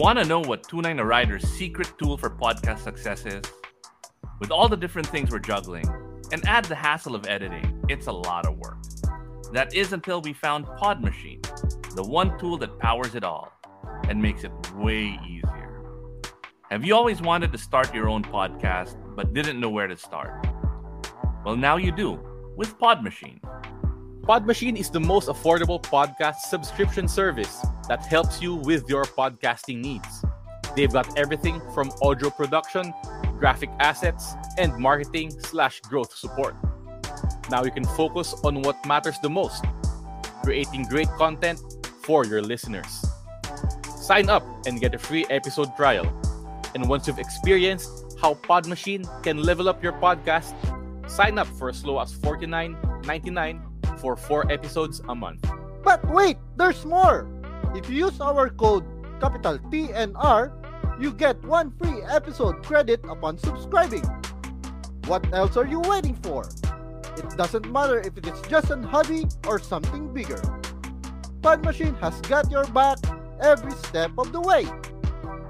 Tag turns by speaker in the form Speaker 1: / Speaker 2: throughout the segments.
Speaker 1: Want to know what Tunay na Rider's secret tool for podcast success is? With all the different things we're juggling, and add the hassle of editing, it's a lot of work. That is until we found Pod Machine, the one tool that powers it all and makes it way easier. Have you always wanted to start your own podcast but didn't know where to start? Well, now you do with Pod Machine.
Speaker 2: Podmachine is the most affordable podcast subscription service that helps you with your podcasting needs. They've got everything from audio production, graphic assets, and marketing slash growth support. Now you can focus on what matters the most, creating great content for your listeners. Sign up and get a free episode trial. And once you've experienced how Podmachine can level up your podcast, sign up for as low as $49.99 for four episodes a month.
Speaker 3: But wait, there's more! If you use our code capital PNR, you get one free episode credit upon subscribing. What else are you waiting for? It doesn't matter if it is just an hobby or something bigger. Pod Machine has got your back every step of the way.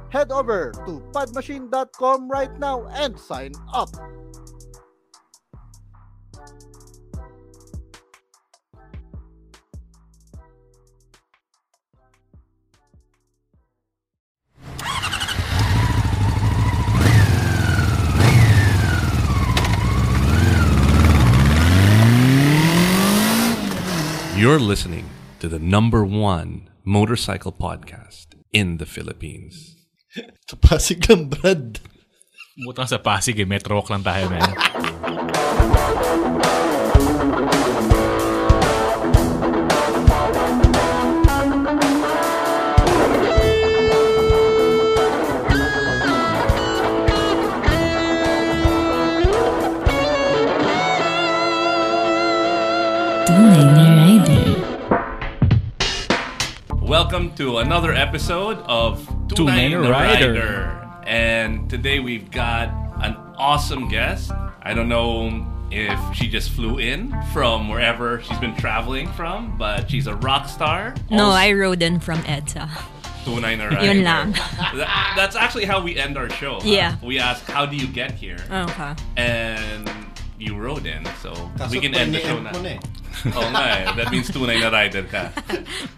Speaker 3: Head over to podmachine.com right now and sign up.
Speaker 1: You're listening to the number one motorcycle podcast in the Philippines.
Speaker 4: Sa Pasig lang, Brad.
Speaker 5: Mutang sa Pasig eh. Metro walk lang tayo, man.
Speaker 6: Tunay na rider.
Speaker 1: Welcome to another episode of
Speaker 5: Tunay
Speaker 1: Tunay
Speaker 5: na
Speaker 1: na
Speaker 5: Rider.
Speaker 1: Rider. And today we've got an awesome guest. I don't know if she just flew in from wherever she's been traveling from, but she's a rock star.
Speaker 6: No,
Speaker 1: Also-
Speaker 6: I rode in from EDSA.
Speaker 1: Tunay na rider.
Speaker 6: Yun lang.
Speaker 1: That- that's actually how we end our show. huh?
Speaker 6: Yeah. Oh.
Speaker 1: We ask, how do you get here?
Speaker 6: Okay.
Speaker 1: And you rode in, so
Speaker 4: Kaso
Speaker 1: we can end the show now.
Speaker 4: pag-ni-end mo na eh.
Speaker 1: Oh my, that means tunay na rider ka.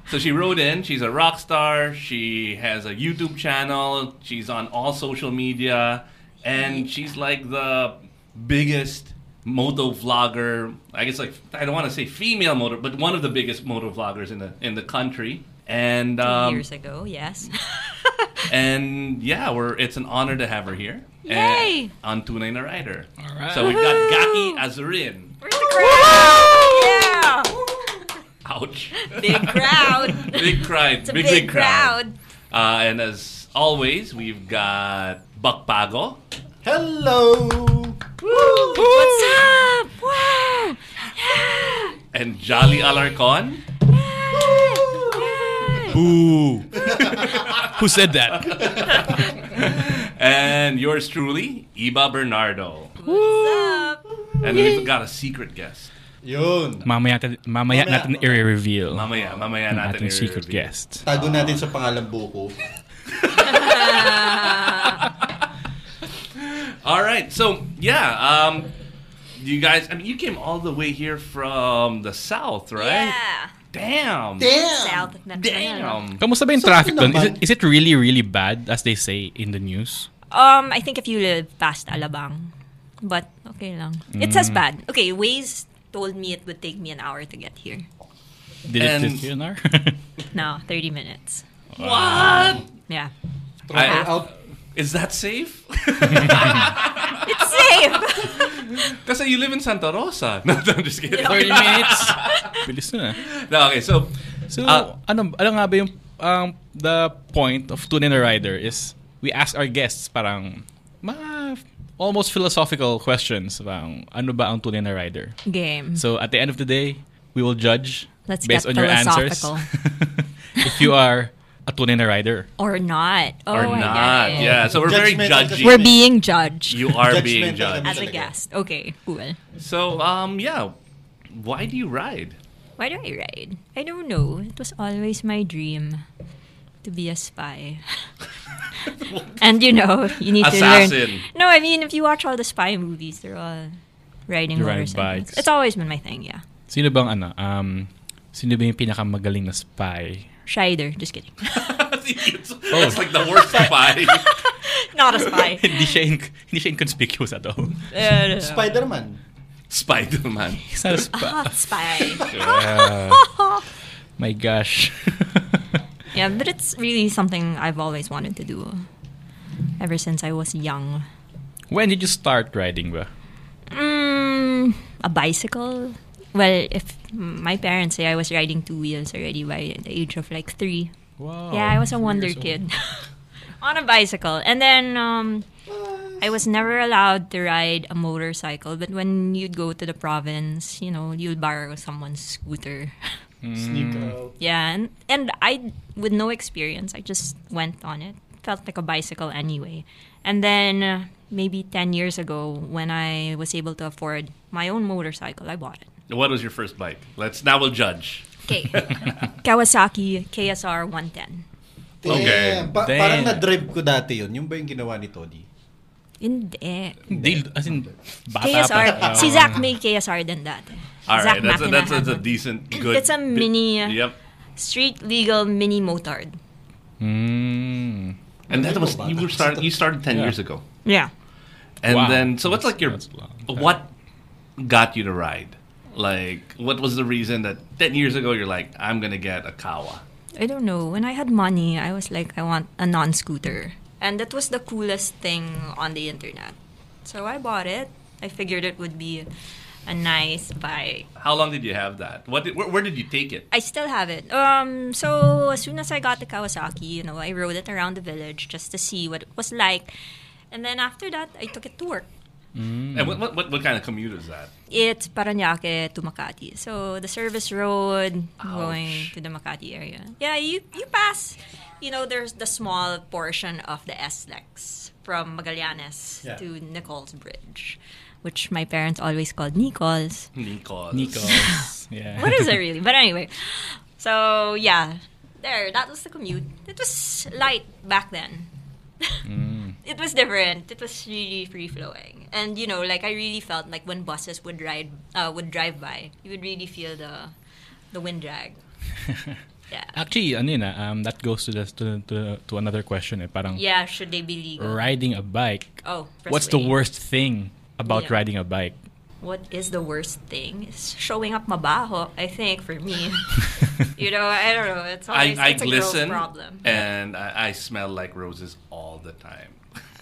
Speaker 1: So she wrote in. She's a rock star. She has a YouTube channel. She's on all social media, and she's like the biggest moto vlogger. I guess like I don't want to say female moto, but one of the biggest moto vloggers in the in the country. And um,
Speaker 6: Years ago, yes.
Speaker 1: and yeah, we're it's an honor to have her here.
Speaker 6: Yay!
Speaker 1: And, on Tunay na Rider. All
Speaker 5: right.
Speaker 1: So we've got Gaki Azurin.
Speaker 6: We're the crowd! Yeah!
Speaker 1: Ouch.
Speaker 6: Big crowd.
Speaker 1: big crowd.
Speaker 6: It's a
Speaker 1: big,
Speaker 6: big,
Speaker 1: big crowd.
Speaker 6: crowd.
Speaker 1: Uh, and as always, we've got Bakpago.
Speaker 4: Hello!
Speaker 6: What's up? Wow! Yeah!
Speaker 1: and Jolly Alarcon.
Speaker 6: Yeah! Yeah!
Speaker 5: Boo! Who said that?
Speaker 1: And yours truly, Iba Bernardo.
Speaker 6: What's up?
Speaker 1: And we've got a secret guest.
Speaker 4: Yun.
Speaker 5: Mamaya, natin- mamaya
Speaker 4: Mamaya.
Speaker 5: natin i-reveal
Speaker 1: Mamaya, mamaya
Speaker 5: ang
Speaker 1: natin
Speaker 5: Oh, ating secret
Speaker 1: i-reveal.
Speaker 5: guest.
Speaker 4: Tago natin sa pangalang buko.
Speaker 1: All right, so yeah, um, you guys. I mean, you came all the way here from the south, right?
Speaker 6: Yeah!
Speaker 1: Damn.
Speaker 6: South of Metro.
Speaker 1: Damn.
Speaker 5: Kamusta ba yung
Speaker 4: Sakto
Speaker 5: traffic doon? Is it,
Speaker 4: naman.
Speaker 5: is it really, really bad as they say in the news?
Speaker 6: Um, I think if you live past Alabang. But, okay lang. It's as bad. Okay, Waze told me it would take me an hour to get here.
Speaker 5: Did it
Speaker 1: And-
Speaker 5: take you an hour?
Speaker 6: No, 30 minutes.
Speaker 1: What?
Speaker 6: Yeah.
Speaker 1: I-
Speaker 4: Out.
Speaker 1: is that safe?
Speaker 6: It's safe!
Speaker 1: Because you live in Santa Rosa. No, no, I'm just kidding.
Speaker 5: 30 minutes?
Speaker 2: Bilis na.
Speaker 1: No, okay, so,
Speaker 2: So,
Speaker 1: Ah.
Speaker 2: ano, ano nga ba yung, um, the point of Tune in a Rider is we ask our guests parang mga almost philosophical questions. Parang, ano ba ang Tune in a Rider?
Speaker 6: Game.
Speaker 2: So at the end of the day, we will judge
Speaker 6: Let's
Speaker 2: based
Speaker 6: get
Speaker 2: on your answers if you are a tunina rider.
Speaker 6: or not. Oh,
Speaker 1: or
Speaker 6: I get
Speaker 1: not.
Speaker 6: it.
Speaker 1: Yeah, so we're very
Speaker 4: Judgmental kasi-
Speaker 1: judgy.
Speaker 6: We're being judged
Speaker 1: you are being judged.
Speaker 4: Judgmental kami.
Speaker 6: as a
Speaker 4: Talaga.
Speaker 6: guest. Okay, cool.
Speaker 1: So, um, yeah. Why do you ride?
Speaker 6: Why do I ride? I don't know. It was always my dream to be a spy. and you know, you need to
Speaker 1: Assassin.
Speaker 6: learn. No, I mean, if you watch all the spy movies, they're all riding
Speaker 2: You ride
Speaker 6: motorcycles.
Speaker 2: bikes.
Speaker 6: It's always been my thing, yeah.
Speaker 2: Sino bang ano? Um, sino ba yung pinakamagaling na spy?
Speaker 6: Shider, just kidding.
Speaker 1: Oh, it's, That's like the worst spy.
Speaker 6: Not a spy.
Speaker 2: hindi siya in- hindi siya inconspicuous at all.
Speaker 4: Spider-Man.
Speaker 1: Spider-Man.
Speaker 2: He's not a spy.
Speaker 6: Hot spy.
Speaker 2: My gosh.
Speaker 6: Yeah, but it's really something I've always wanted to do ever since I was young.
Speaker 2: when did you start riding ba?
Speaker 6: Mm, a bicycle? Well, if my parents say I was riding two wheels already by the age of like three.
Speaker 2: Wow.
Speaker 6: yeah, I was a wonder kid on a bicycle. And then um, I was never allowed to ride a motorcycle, but when you'd go to the province, you know, you'd borrow someone's scooter.
Speaker 1: Mm.
Speaker 4: Sneak out.
Speaker 6: Yeah, and, and I, with no experience, I just went on it. Felt like a bicycle anyway. And then uh, maybe 10 years ago, when I was able to afford my own motorcycle, I bought it.
Speaker 1: What was your first bike? Let's now we'll judge.
Speaker 6: Okay. Kawasaki KSR 110.
Speaker 4: Damn.
Speaker 1: Okay.
Speaker 4: Pa-
Speaker 2: Damn.
Speaker 4: Parang na-drive ko dati yun. Yung ba yung ginawa ni Toddy?
Speaker 6: Hindi.
Speaker 2: Hindi, as in, bata pa. Oh.
Speaker 6: KSR. Si Zach may KSR din dati.
Speaker 1: All right,
Speaker 6: Zach
Speaker 1: that's a, that's, a, that's a
Speaker 6: Makinahapon.
Speaker 1: decent, good.
Speaker 6: It's a mini, uh,
Speaker 1: Yep.
Speaker 6: Street legal mini motard.
Speaker 2: Mm.
Speaker 1: And that was you were start, you started ten
Speaker 2: Yeah.
Speaker 1: years ago,
Speaker 6: Yeah.
Speaker 1: and
Speaker 2: Wow.
Speaker 1: then so what's like
Speaker 2: That's-
Speaker 1: your
Speaker 2: that's long.
Speaker 1: what got you to ride? Like what was the reason that ten years ago you're like I'm gonna get a Kawa?
Speaker 6: I don't know. When I had money, I was like, I want a non scooter. And that was the coolest thing on the internet. So I bought it. I figured it would be a nice bike.
Speaker 1: How long did you have that? What did, where, where did you take it?
Speaker 6: I still have it. Um, so as soon as I got the Kawasaki, you know, I rode it around the village just to see what it was like. And then after that, I took it to work.
Speaker 1: And what, what, what what kind of commute is that?
Speaker 6: It's Paranaque to Makati. So the service road going
Speaker 1: Ouch.
Speaker 6: to the Makati area. Yeah, you you pass, you know, there's the small portion of the SLEX from Magallanes
Speaker 4: Yeah.
Speaker 6: to Nichols Bridge, which my parents always called Nichols.
Speaker 1: Nikos.
Speaker 2: Nikos. Yeah.
Speaker 6: What is it really? But anyway, so yeah, there. That was the commute. It was light back then.
Speaker 1: Mm.
Speaker 6: it was different. It was really free flowing, and you know, like I really felt like when buses would ride, uh, would drive by, you would really feel the, the wind drag. yeah,
Speaker 2: Actually, ano yun ah, um, that goes to, the, to, to, to another question eh. Parang,
Speaker 6: yeah. Should they be legal?
Speaker 2: riding a bike
Speaker 6: Oh,
Speaker 2: What's the
Speaker 6: Presley.
Speaker 2: worst thing about
Speaker 6: Yeah.
Speaker 2: riding a bike?
Speaker 6: what is the worst thing is showing up mabaho i think for me you know i don't know it's
Speaker 1: I,
Speaker 6: always
Speaker 1: I
Speaker 6: it's a girl's
Speaker 1: glisten
Speaker 6: problem
Speaker 1: and I, I smell like roses all the time.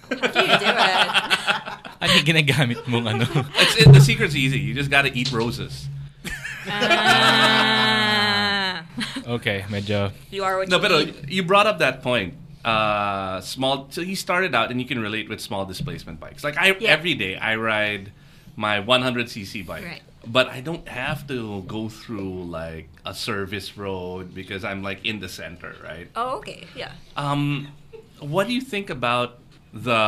Speaker 6: you do it
Speaker 2: Ano yung ginagamit mong ano?
Speaker 1: It's, it, the secret's easy. You just gotta eat roses.
Speaker 2: Okay, medyo...
Speaker 6: You are what
Speaker 1: No,
Speaker 6: you
Speaker 1: but uh,
Speaker 6: eat.
Speaker 1: you brought up that point. Uh, small. So he started out, and you can relate with small displacement bikes. Like I,
Speaker 6: Yeah.
Speaker 1: every day I ride my 100cc bike,
Speaker 6: Right.
Speaker 1: but I don't have to go through like a service road because I'm like in the center, right?
Speaker 6: Oh, okay. Yeah.
Speaker 1: Um, what do you think about the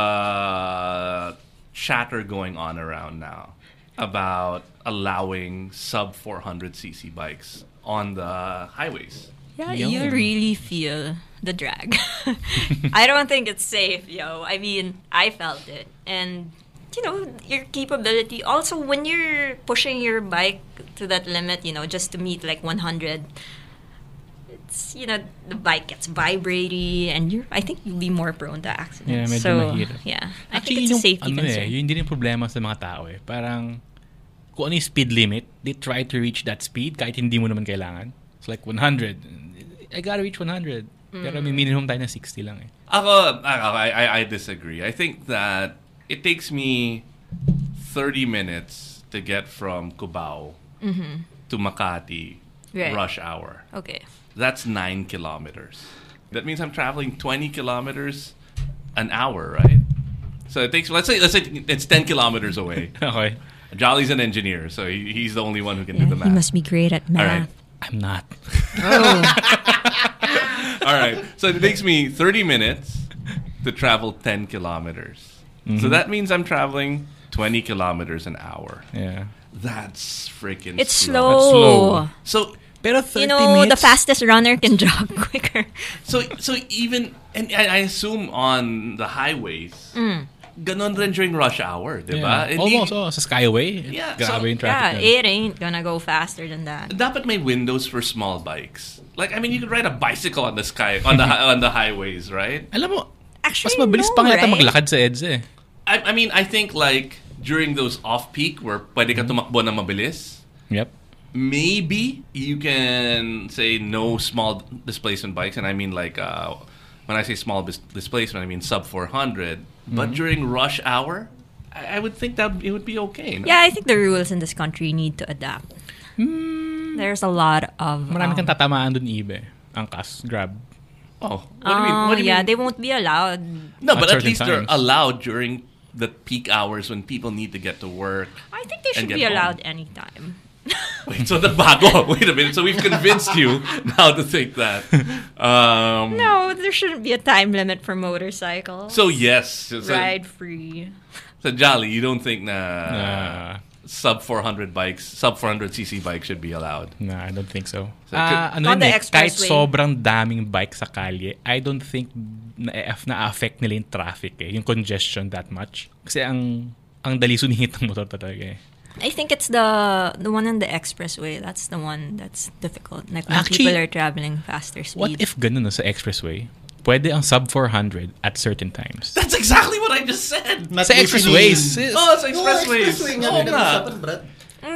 Speaker 1: chatter going on around now about allowing sub 400cc bikes on the highways?
Speaker 6: Yeah, you really feel the drag. I don't think it's safe, yo. I mean, I felt it. And, you know, your capability. Also, when you're pushing your bike to that limit, you know, just to meet like 100, it's, you know, the bike gets vibratory and you're, I think you'll be more prone to
Speaker 2: Yeah,
Speaker 6: accidents.
Speaker 2: medyo
Speaker 6: so,
Speaker 2: mahirap.
Speaker 6: yeah. I
Speaker 2: Actually, yun
Speaker 6: think it's a
Speaker 2: yung,
Speaker 6: safety
Speaker 2: ano eh,
Speaker 6: concern.
Speaker 2: yun din yung problema sa mga tao eh. Parang, kung ano yung speed limit, they try to reach that speed kahit hindi mo naman kailangan. It's like 100. I gotta reach 100. Pero
Speaker 6: Mm.
Speaker 2: may minimum tayo na 60 lang eh.
Speaker 1: Ako, ako uh, I, I, I disagree. I think that it takes me 30 minutes to get from Cubao to Makati
Speaker 6: Mm-hmm. Right.
Speaker 1: rush hour.
Speaker 6: Okay.
Speaker 1: That's nine kilometers. That means I'm traveling 20 kilometers an hour, right? So it takes, let's say, let's say it's 10 kilometers away.
Speaker 7: Okay.
Speaker 1: Jolly's an engineer, so he, he's the only one who can do the math.
Speaker 6: he must be great at math.
Speaker 1: All right. Oh.
Speaker 7: I'm not.
Speaker 1: All right. So it takes me 30 minutes to travel 10 kilometers.
Speaker 7: Mm-hmm.
Speaker 1: So that means I'm traveling 20 kilometers an hour.
Speaker 7: Yeah.
Speaker 1: That's freaking
Speaker 6: It's
Speaker 1: slow.
Speaker 6: slow.
Speaker 7: slow.
Speaker 1: So
Speaker 7: Pero 30
Speaker 6: You know, the
Speaker 7: minutes?
Speaker 6: fastest runner can jog quicker.
Speaker 1: so so even and I I assume on the highways
Speaker 6: Mm.
Speaker 1: ganon rin during rush hour, 'di ba?
Speaker 7: Yeah.
Speaker 1: Hindi-
Speaker 7: Almost, oh, sa Skyway.
Speaker 1: Yeah,
Speaker 7: Grabe
Speaker 1: so-
Speaker 7: yung
Speaker 6: Yeah,
Speaker 7: traffic.
Speaker 6: it ain't gonna go faster than that.
Speaker 1: dapat may windows for small bikes. Like I mean you could ride a bicycle on the sky on the hi- on the highways, right?
Speaker 7: Alam mo,
Speaker 6: Actually,
Speaker 7: mas mabilis
Speaker 6: no,
Speaker 7: pa nga yata
Speaker 6: right?
Speaker 7: maglakad sa EDSA eh.
Speaker 1: I, I mean I think like during those off peak where pwede ka
Speaker 7: Mm-hmm.
Speaker 1: tumakbo na mabilis,
Speaker 7: Yep.
Speaker 1: maybe you can say no small displacement bikes and i mean like uh, when i say small bis- displacement i mean sub 400
Speaker 7: Mm-hmm.
Speaker 1: but during rush hour I-, I would think that it would be okay no?
Speaker 6: Yeah, I think the rules in this country need to adapt.
Speaker 1: Hmm.
Speaker 6: There's a lot of.
Speaker 7: Marami
Speaker 6: um,
Speaker 7: kang tatamaan dun, Ibe. Angkas, grab.
Speaker 1: oh what do you mean what do
Speaker 6: oh,
Speaker 1: you
Speaker 6: yeah,
Speaker 1: mean
Speaker 6: they won't be allowed.
Speaker 1: no
Speaker 7: At
Speaker 1: but at
Speaker 7: certain
Speaker 1: least they're
Speaker 7: times.
Speaker 1: allowed during the peak hours when people need to get to work
Speaker 6: I think they
Speaker 1: And get
Speaker 6: should be
Speaker 1: home.
Speaker 6: allowed anytime.
Speaker 1: wait so the bago wait a minute so we've convinced you now to think that um
Speaker 6: No, there shouldn't be a time limit for motorcycles.
Speaker 1: so yes so,
Speaker 6: Ride free.
Speaker 1: so jolly you don't think na
Speaker 7: Uh,
Speaker 1: sub 400 bikes, sub 400 cc bikes should be allowed.
Speaker 7: no, I don't think so.
Speaker 1: So,
Speaker 7: Ah, ano
Speaker 6: On the
Speaker 7: yun eh, kahit
Speaker 6: expressway.
Speaker 7: sobrang daming bike sa kalye, I don't think na-affect na affect nila yung traffic eh, yung congestion that much. Kasi ang ang dali sunihit ng motor talaga eh.
Speaker 6: I think it's the the one on the expressway. That's the one that's difficult. Like when
Speaker 7: Actually,
Speaker 6: people are traveling faster speed.
Speaker 7: What if ganun no, sa expressway? Pwede ang sub 400 at certain times.
Speaker 1: That's exactly what I just said.
Speaker 4: Not
Speaker 7: Sa expressways!
Speaker 4: usually-
Speaker 1: Oh, it's
Speaker 4: Oo,
Speaker 1: expressways.
Speaker 4: expressway nga
Speaker 1: Oo
Speaker 4: din ang
Speaker 1: nga.
Speaker 4: usapan, Brad.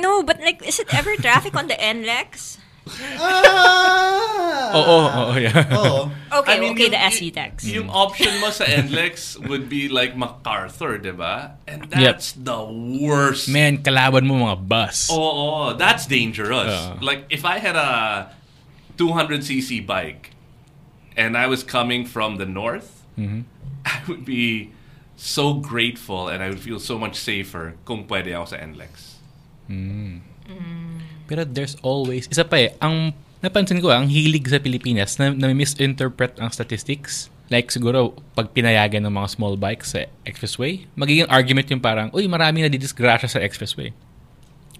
Speaker 6: No, but like, is it ever traffic on the NLEX?
Speaker 4: Ah!
Speaker 7: Oo, oo, oo, yeah.
Speaker 4: Oo.
Speaker 6: Oh. Okay,
Speaker 1: I mean, yung-
Speaker 6: okay, the E
Speaker 1: yung-
Speaker 6: SE text.
Speaker 1: Yung option mo sa NLEX E would be like MacArthur, di ba? And
Speaker 7: Yep.
Speaker 1: that's the worst.
Speaker 7: Man, kalaban mo mga bus.
Speaker 1: Oh, that's dangerous.
Speaker 7: Yeah.
Speaker 1: Like if I had a 200cc bike and I was coming from the north, I would be so grateful and I would feel so much safer kung pwede ako sa E NLEX.
Speaker 7: Pero there's always, isa pa eh, ang napansin ko, ang hilig sa Pilipinas na, na misinterpret ang statistics. Like siguro, pag pinayagan ng mga small bikes sa expressway, magiging argument yung parang, uy, marami na didisgrasya sa expressway.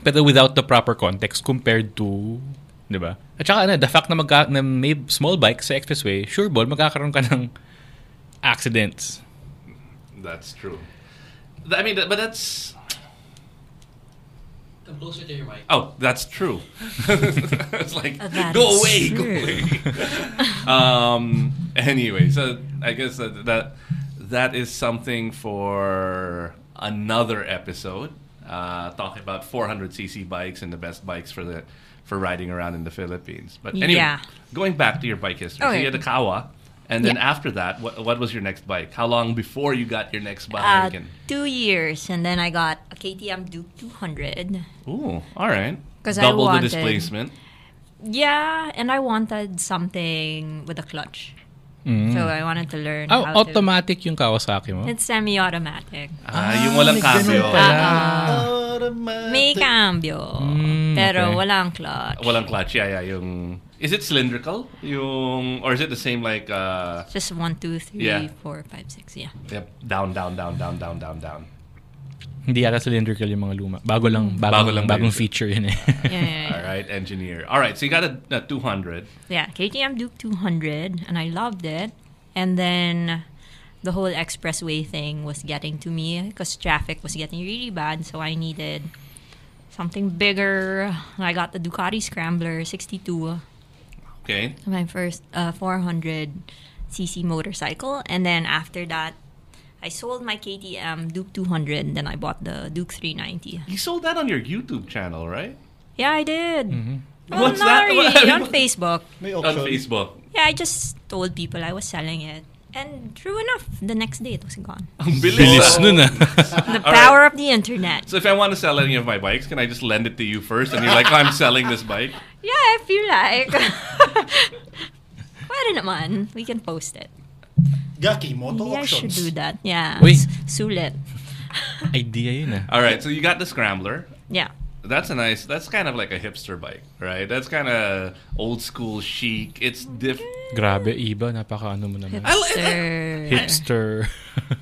Speaker 7: Pero without the proper context compared to, di ba? At saka ano, the fact na, magka, na may small bikes sa expressway, sure ball, magkakaroon ka ng accidents.
Speaker 1: That's true. Th- I mean, th- but that's. Come closer to your mic. Oh, that's true. it's like
Speaker 6: that
Speaker 1: go
Speaker 6: is
Speaker 1: away,
Speaker 6: Oh, true.
Speaker 1: go away. um. Anyway, so I guess that that, that is something for another episode. Uh, talking about 400cc bikes and the best bikes for the for riding around in the Philippines. But anyway,
Speaker 6: Yeah.
Speaker 1: going back to your bike history, so
Speaker 6: Okay.
Speaker 1: you had a Kawa, and then after that, what, what was your next bike? How long before you got your next bike?
Speaker 6: Uh,
Speaker 1: and-
Speaker 6: two years, and then I got a KTM Duke 200.
Speaker 1: Ooh, all right.
Speaker 6: 'Cause I
Speaker 1: Double the
Speaker 6: wanted-
Speaker 1: displacement.
Speaker 6: Yeah, and I wanted something with a clutch. So I wanted to learn
Speaker 7: Oh,
Speaker 6: how
Speaker 7: automatic yung Kawasaki
Speaker 6: to.
Speaker 7: mo?
Speaker 6: It's semi-automatic.
Speaker 1: Ah, yung walang cambio.
Speaker 4: Automatic.
Speaker 6: Ah. May cambio, pero
Speaker 7: okay.
Speaker 6: walang clutch.
Speaker 1: Walang clutch. Yeah, yeah. Yung is it cylindrical? Yung or is it the same like uh,
Speaker 6: Just one, two, three,
Speaker 1: Yeah.
Speaker 6: four, five, six. Yeah.
Speaker 1: yep, down, down, down, down, down, down, down.
Speaker 7: Hindi yata cylindrical yung mga luma. Bago lang, bagong,
Speaker 1: Hmm. Bago lang ba
Speaker 7: bagong
Speaker 1: yun?
Speaker 7: feature yun eh.
Speaker 6: Yeah, yeah,
Speaker 1: All
Speaker 6: yeah.
Speaker 1: right, engineer. All right, so you got a, a 200.
Speaker 6: yeah, KTM Duke 200, and I loved it. And then the whole expressway thing was getting to me because traffic was getting really bad, so I needed something bigger. And I got the Ducati Scrambler 62,
Speaker 1: Okay.
Speaker 6: my first uh, 400cc motorcycle. And then after that, I sold my KTM Duke 200, then I bought the Duke 390.
Speaker 1: You sold that on your YouTube channel, right?
Speaker 6: Yeah, I did. Well,
Speaker 1: Mm-hmm. What's
Speaker 6: not
Speaker 1: that?
Speaker 6: really,
Speaker 1: What-
Speaker 6: on Facebook.
Speaker 4: May
Speaker 1: On
Speaker 4: auction.
Speaker 1: Facebook.
Speaker 6: Yeah, I just told people I was selling it. And true enough, the next day it was gone.
Speaker 1: Ang bilis.
Speaker 7: Bilis nun ah.
Speaker 6: The power of the internet.
Speaker 1: So if I want to sell any of my bikes, can I just lend it to you first? And you're like, I'm selling this bike.
Speaker 6: Yeah, I feel like. Pwede naman. We can post it.
Speaker 4: Gaki, Moto
Speaker 6: Maybe I should
Speaker 4: Auctions.
Speaker 6: do that. Yeah.
Speaker 7: Uy.
Speaker 6: S- Sulit.
Speaker 7: Idea yun ah.
Speaker 1: All right. So you got the scrambler.
Speaker 6: Yeah.
Speaker 1: That's a nice. That's kind of like a hipster bike, right? That's kind of old school chic. It's diff.
Speaker 7: Grabe, iba. Napaka ano mo naman.
Speaker 1: I like-
Speaker 6: Sir.
Speaker 7: Hipster.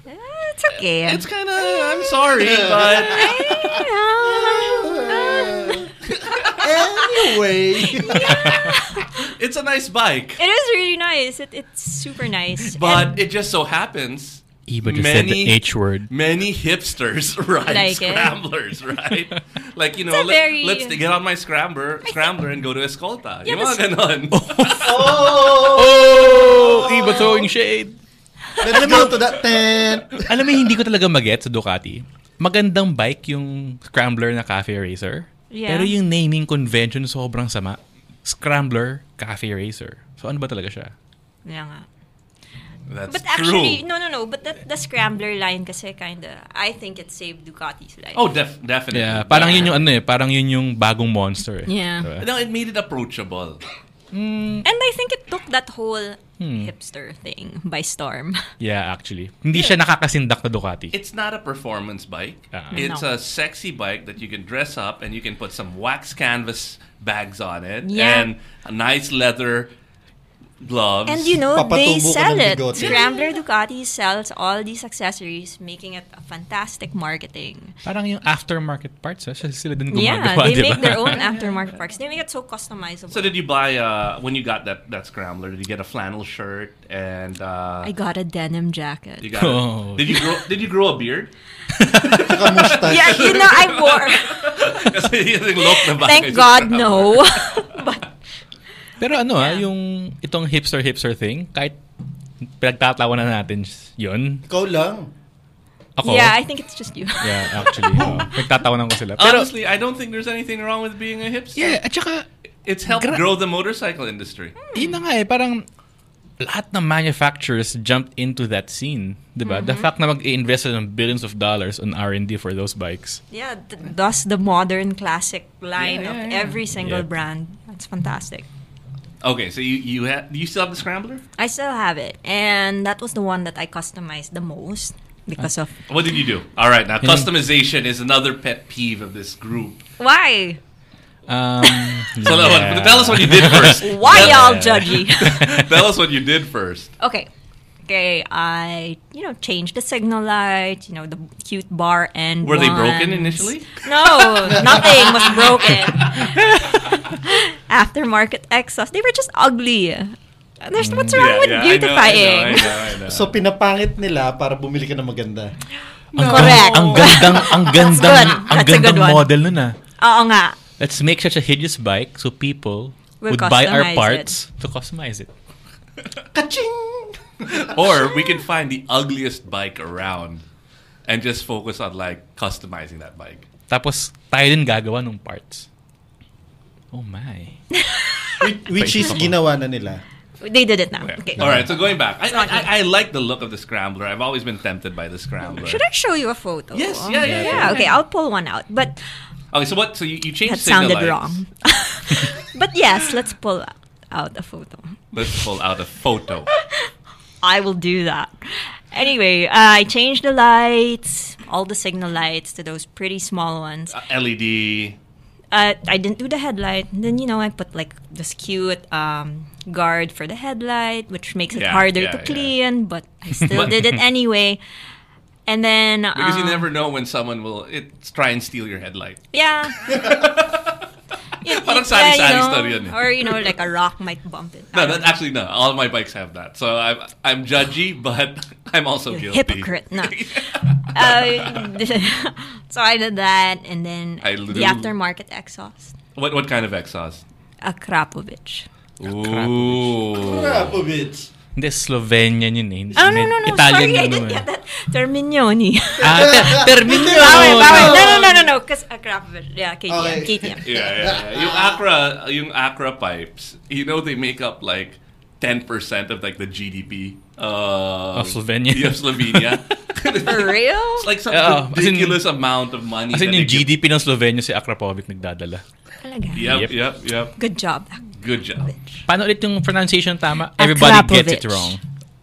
Speaker 6: Ah, It's okay.
Speaker 1: It's kind of. I'm sorry, but
Speaker 6: Uh,
Speaker 4: Anyway,
Speaker 1: it's a nice bike.
Speaker 6: It is really nice. It, it's super nice.
Speaker 1: But
Speaker 6: And
Speaker 1: it just so happens
Speaker 7: Iba just said the
Speaker 1: Many-
Speaker 7: H word.
Speaker 1: many hipsters ride
Speaker 6: Like it.
Speaker 1: scramblers, right? Like you know,
Speaker 6: It's a
Speaker 1: let,
Speaker 6: very- uh,
Speaker 1: let's get on my scrambler, scrambler, and go to Escolta.
Speaker 6: Yeah,
Speaker 1: Yung mga ganon.
Speaker 7: Oh! Iba throwing shade.
Speaker 4: let's go to that tent.
Speaker 7: Alam mo, hindi ko talaga magets sa Ducati. Magandang bike yung Scrambler na Cafe Racer.
Speaker 6: Yeah.
Speaker 7: Pero yung naming convention sobrang sama. Scrambler Cafe Racer. So ano ba talaga siya?
Speaker 6: Yeah nga.
Speaker 1: That's
Speaker 6: But actually,
Speaker 1: true.
Speaker 6: no, no, no. But that, the scrambler line kasi kinda, I think it saved Ducati's life.
Speaker 1: Oh, def- definitely.
Speaker 7: Yeah, parang yun yung ano eh, parang yun yung bagong monster eh.
Speaker 6: Yeah.
Speaker 7: Diba?
Speaker 1: No, it made it approachable.
Speaker 6: And I think it took that whole
Speaker 1: Hmm.
Speaker 6: hipster thing by storm.
Speaker 7: Yeah, actually. Hindi siya nakakasindak na Ducati.
Speaker 1: It's not a performance bike.
Speaker 7: Uh-uh.
Speaker 1: It's a
Speaker 6: No.
Speaker 1: sexy bike that you can dress up and you can put some wax canvas bags on it
Speaker 6: Yeah.
Speaker 1: and a nice leather gloves.
Speaker 6: And you know,
Speaker 4: Papatungo
Speaker 6: they
Speaker 4: ka
Speaker 6: sell
Speaker 4: ng
Speaker 6: it.
Speaker 4: bigote.
Speaker 6: Scrambler Ducati sells all these accessories, making it a fantastic marketing.
Speaker 1: Oh
Speaker 7: Parang yung aftermarket parts, ah, sila sila din
Speaker 6: yeah,
Speaker 7: gumagawa,
Speaker 6: they
Speaker 7: diba?
Speaker 6: make their own aftermarket parts. They make it so customizable.
Speaker 1: so did you buy uh, when you got that that scrambler? Did you get a flannel shirt and uh,
Speaker 6: I got a
Speaker 1: you
Speaker 6: denim jacket.
Speaker 1: got a-
Speaker 7: Oh.
Speaker 1: did you grow did you grow a beard?
Speaker 4: Saka mustache.
Speaker 6: Yeah, you know, I wore.
Speaker 1: Kasi yung look na bagay
Speaker 6: Thank
Speaker 1: sa
Speaker 6: God,
Speaker 1: scrambler.
Speaker 6: no. but
Speaker 7: Pero ano ah, yung itong hipster-hipster thing, kahit pinagtatawa na natin yun,
Speaker 4: Ikaw lang.
Speaker 1: Oh.
Speaker 7: ako,
Speaker 6: yeah, I think it's just you.
Speaker 7: Yeah, actually. oo. Nagtatawanan ko sila. Pero,
Speaker 1: Honestly, I don't think there's anything wrong with being a hipster.
Speaker 7: yeah, at saka,
Speaker 1: It's helped
Speaker 7: Gra-
Speaker 1: grow the motorcycle industry.
Speaker 7: yun na nga eh, parang lahat ng manufacturers jumped into that scene. Diba?
Speaker 6: Mm-hmm.
Speaker 7: The fact na mag-invest sila ng billions of dollars on R&D for those bikes.
Speaker 6: Yeah, th- thus the modern classic line
Speaker 1: Yeah, yeah,
Speaker 6: of
Speaker 1: yeah.
Speaker 6: every single
Speaker 7: Yeah.
Speaker 6: brand. That's fantastic.
Speaker 1: Okay, so you you ha- do you still have the scrambler?
Speaker 6: I still have it, and that was the one that I customized the most because of
Speaker 1: What did you do? All right, now
Speaker 7: Yeah.
Speaker 1: customization is another pet peeve of this group.
Speaker 6: why?
Speaker 7: Um,
Speaker 1: So uh,
Speaker 7: yeah.
Speaker 1: tell us what you did first.
Speaker 6: Why y'all
Speaker 7: Yeah.
Speaker 6: judgy?
Speaker 1: tell us what you did first.
Speaker 6: okay, okay. I you know changed the signal light. You know the cute bar end.
Speaker 1: Were they broken
Speaker 6: ones.
Speaker 1: initially?
Speaker 6: No, nothing was broken. Aftermarket exhausts. They were just ugly. There's
Speaker 1: Mm,
Speaker 6: what's wrong with
Speaker 1: I know, I
Speaker 6: beautifying.
Speaker 1: know, I know.
Speaker 4: So pinapangit nila para bumili ka ng maganda.
Speaker 7: Ang,
Speaker 6: Correct.
Speaker 7: ang gandang, ang gandang,
Speaker 6: good.
Speaker 7: ang
Speaker 6: That's a
Speaker 7: gandang
Speaker 6: good one.
Speaker 7: model nun ah.
Speaker 6: Oo nga.
Speaker 7: Let's make such a hideous bike so people
Speaker 6: Will
Speaker 7: would buy
Speaker 6: customize
Speaker 7: our
Speaker 6: it.
Speaker 7: parts to customize it.
Speaker 1: or we can find the ugliest bike around and just focus on like customizing that bike.
Speaker 7: Tapos, tayo din gagawa ng parts. Oh my.
Speaker 4: Whi- Which is ginawa na nila.
Speaker 6: They did it now.
Speaker 1: Yeah.
Speaker 6: Okay.
Speaker 1: All right, so going back, I, I, I, I like the look of the scrambler. I've always been tempted by the scrambler.
Speaker 6: Should I show you a photo?
Speaker 1: Yes, yeah, yeah, yeah.
Speaker 6: okay, I'll pull one out. But
Speaker 1: Okay, so what? So you, you changed
Speaker 6: that
Speaker 1: signal
Speaker 6: sounded
Speaker 1: lights.
Speaker 6: wrong. but yes, let's pull out a photo.
Speaker 1: Let's pull out a photo.
Speaker 6: I will do that. Anyway, uh, I changed the lights, all the signal lights to those pretty small ones.
Speaker 1: Uh, LED.
Speaker 6: Uh, I didn't do the headlight. Then, you know, I put like this cute um, guard for the headlight, which makes it
Speaker 1: Yeah,
Speaker 6: harder
Speaker 1: yeah,
Speaker 6: to
Speaker 1: yeah.
Speaker 6: clean, but I still did it anyway. And then.
Speaker 1: Because you
Speaker 6: um,
Speaker 1: never know when someone will it, try and steal your headlight.
Speaker 6: Yeah. Yeah,
Speaker 1: Parang
Speaker 6: yeah,
Speaker 1: sari-sari
Speaker 6: you know,
Speaker 1: story yun eh.
Speaker 6: Or, you know, like a rock might bump it.
Speaker 1: No, that, actually, no. All my bikes have that. So I'm, I'm judgy, but I'm also
Speaker 6: You're a
Speaker 1: guilty.
Speaker 6: hypocrite. No. Uh, so I did that, and then
Speaker 1: I
Speaker 6: the
Speaker 1: literally-
Speaker 6: aftermarket exhaust,
Speaker 1: What what kind of exhaust?
Speaker 6: Akrapovic.
Speaker 1: Ooh.
Speaker 4: Krapovich.
Speaker 7: Hindi, Slovenian yun eh. Hindi-
Speaker 6: Oh, no, no, no.
Speaker 7: Italian
Speaker 6: Sorry, I
Speaker 7: yun
Speaker 6: didn't
Speaker 7: eh.
Speaker 6: get that. Termignoni.
Speaker 7: Ah, ter- termino.
Speaker 6: Bawi, bawi. No, no, no, no, no. Because Akrapovic. Yeah,
Speaker 7: Oh,
Speaker 6: KTM.
Speaker 4: Okay.
Speaker 1: Yeah,
Speaker 6: KTM.
Speaker 1: yeah, yeah. Yung Acra, yung Acra pipes. You know they make up like 10% of like the GDP uh,
Speaker 7: Of Slovenia.
Speaker 1: yeah, of Slovenia.
Speaker 6: For real?
Speaker 1: it's like some
Speaker 7: Yeah, as in-
Speaker 1: ridiculous amount of money.
Speaker 7: Kasi
Speaker 1: that
Speaker 7: yung
Speaker 1: they give-
Speaker 7: GDP ng Slovenia si Akrapovic nagdadala.
Speaker 6: Talaga.
Speaker 1: Yep,
Speaker 7: Yep.
Speaker 1: yep, yep.
Speaker 6: Good job.
Speaker 1: Good job.
Speaker 7: Paano ulit yung pronunciation tama? Everybody gets it
Speaker 6: Akrapovic.
Speaker 7: wrong.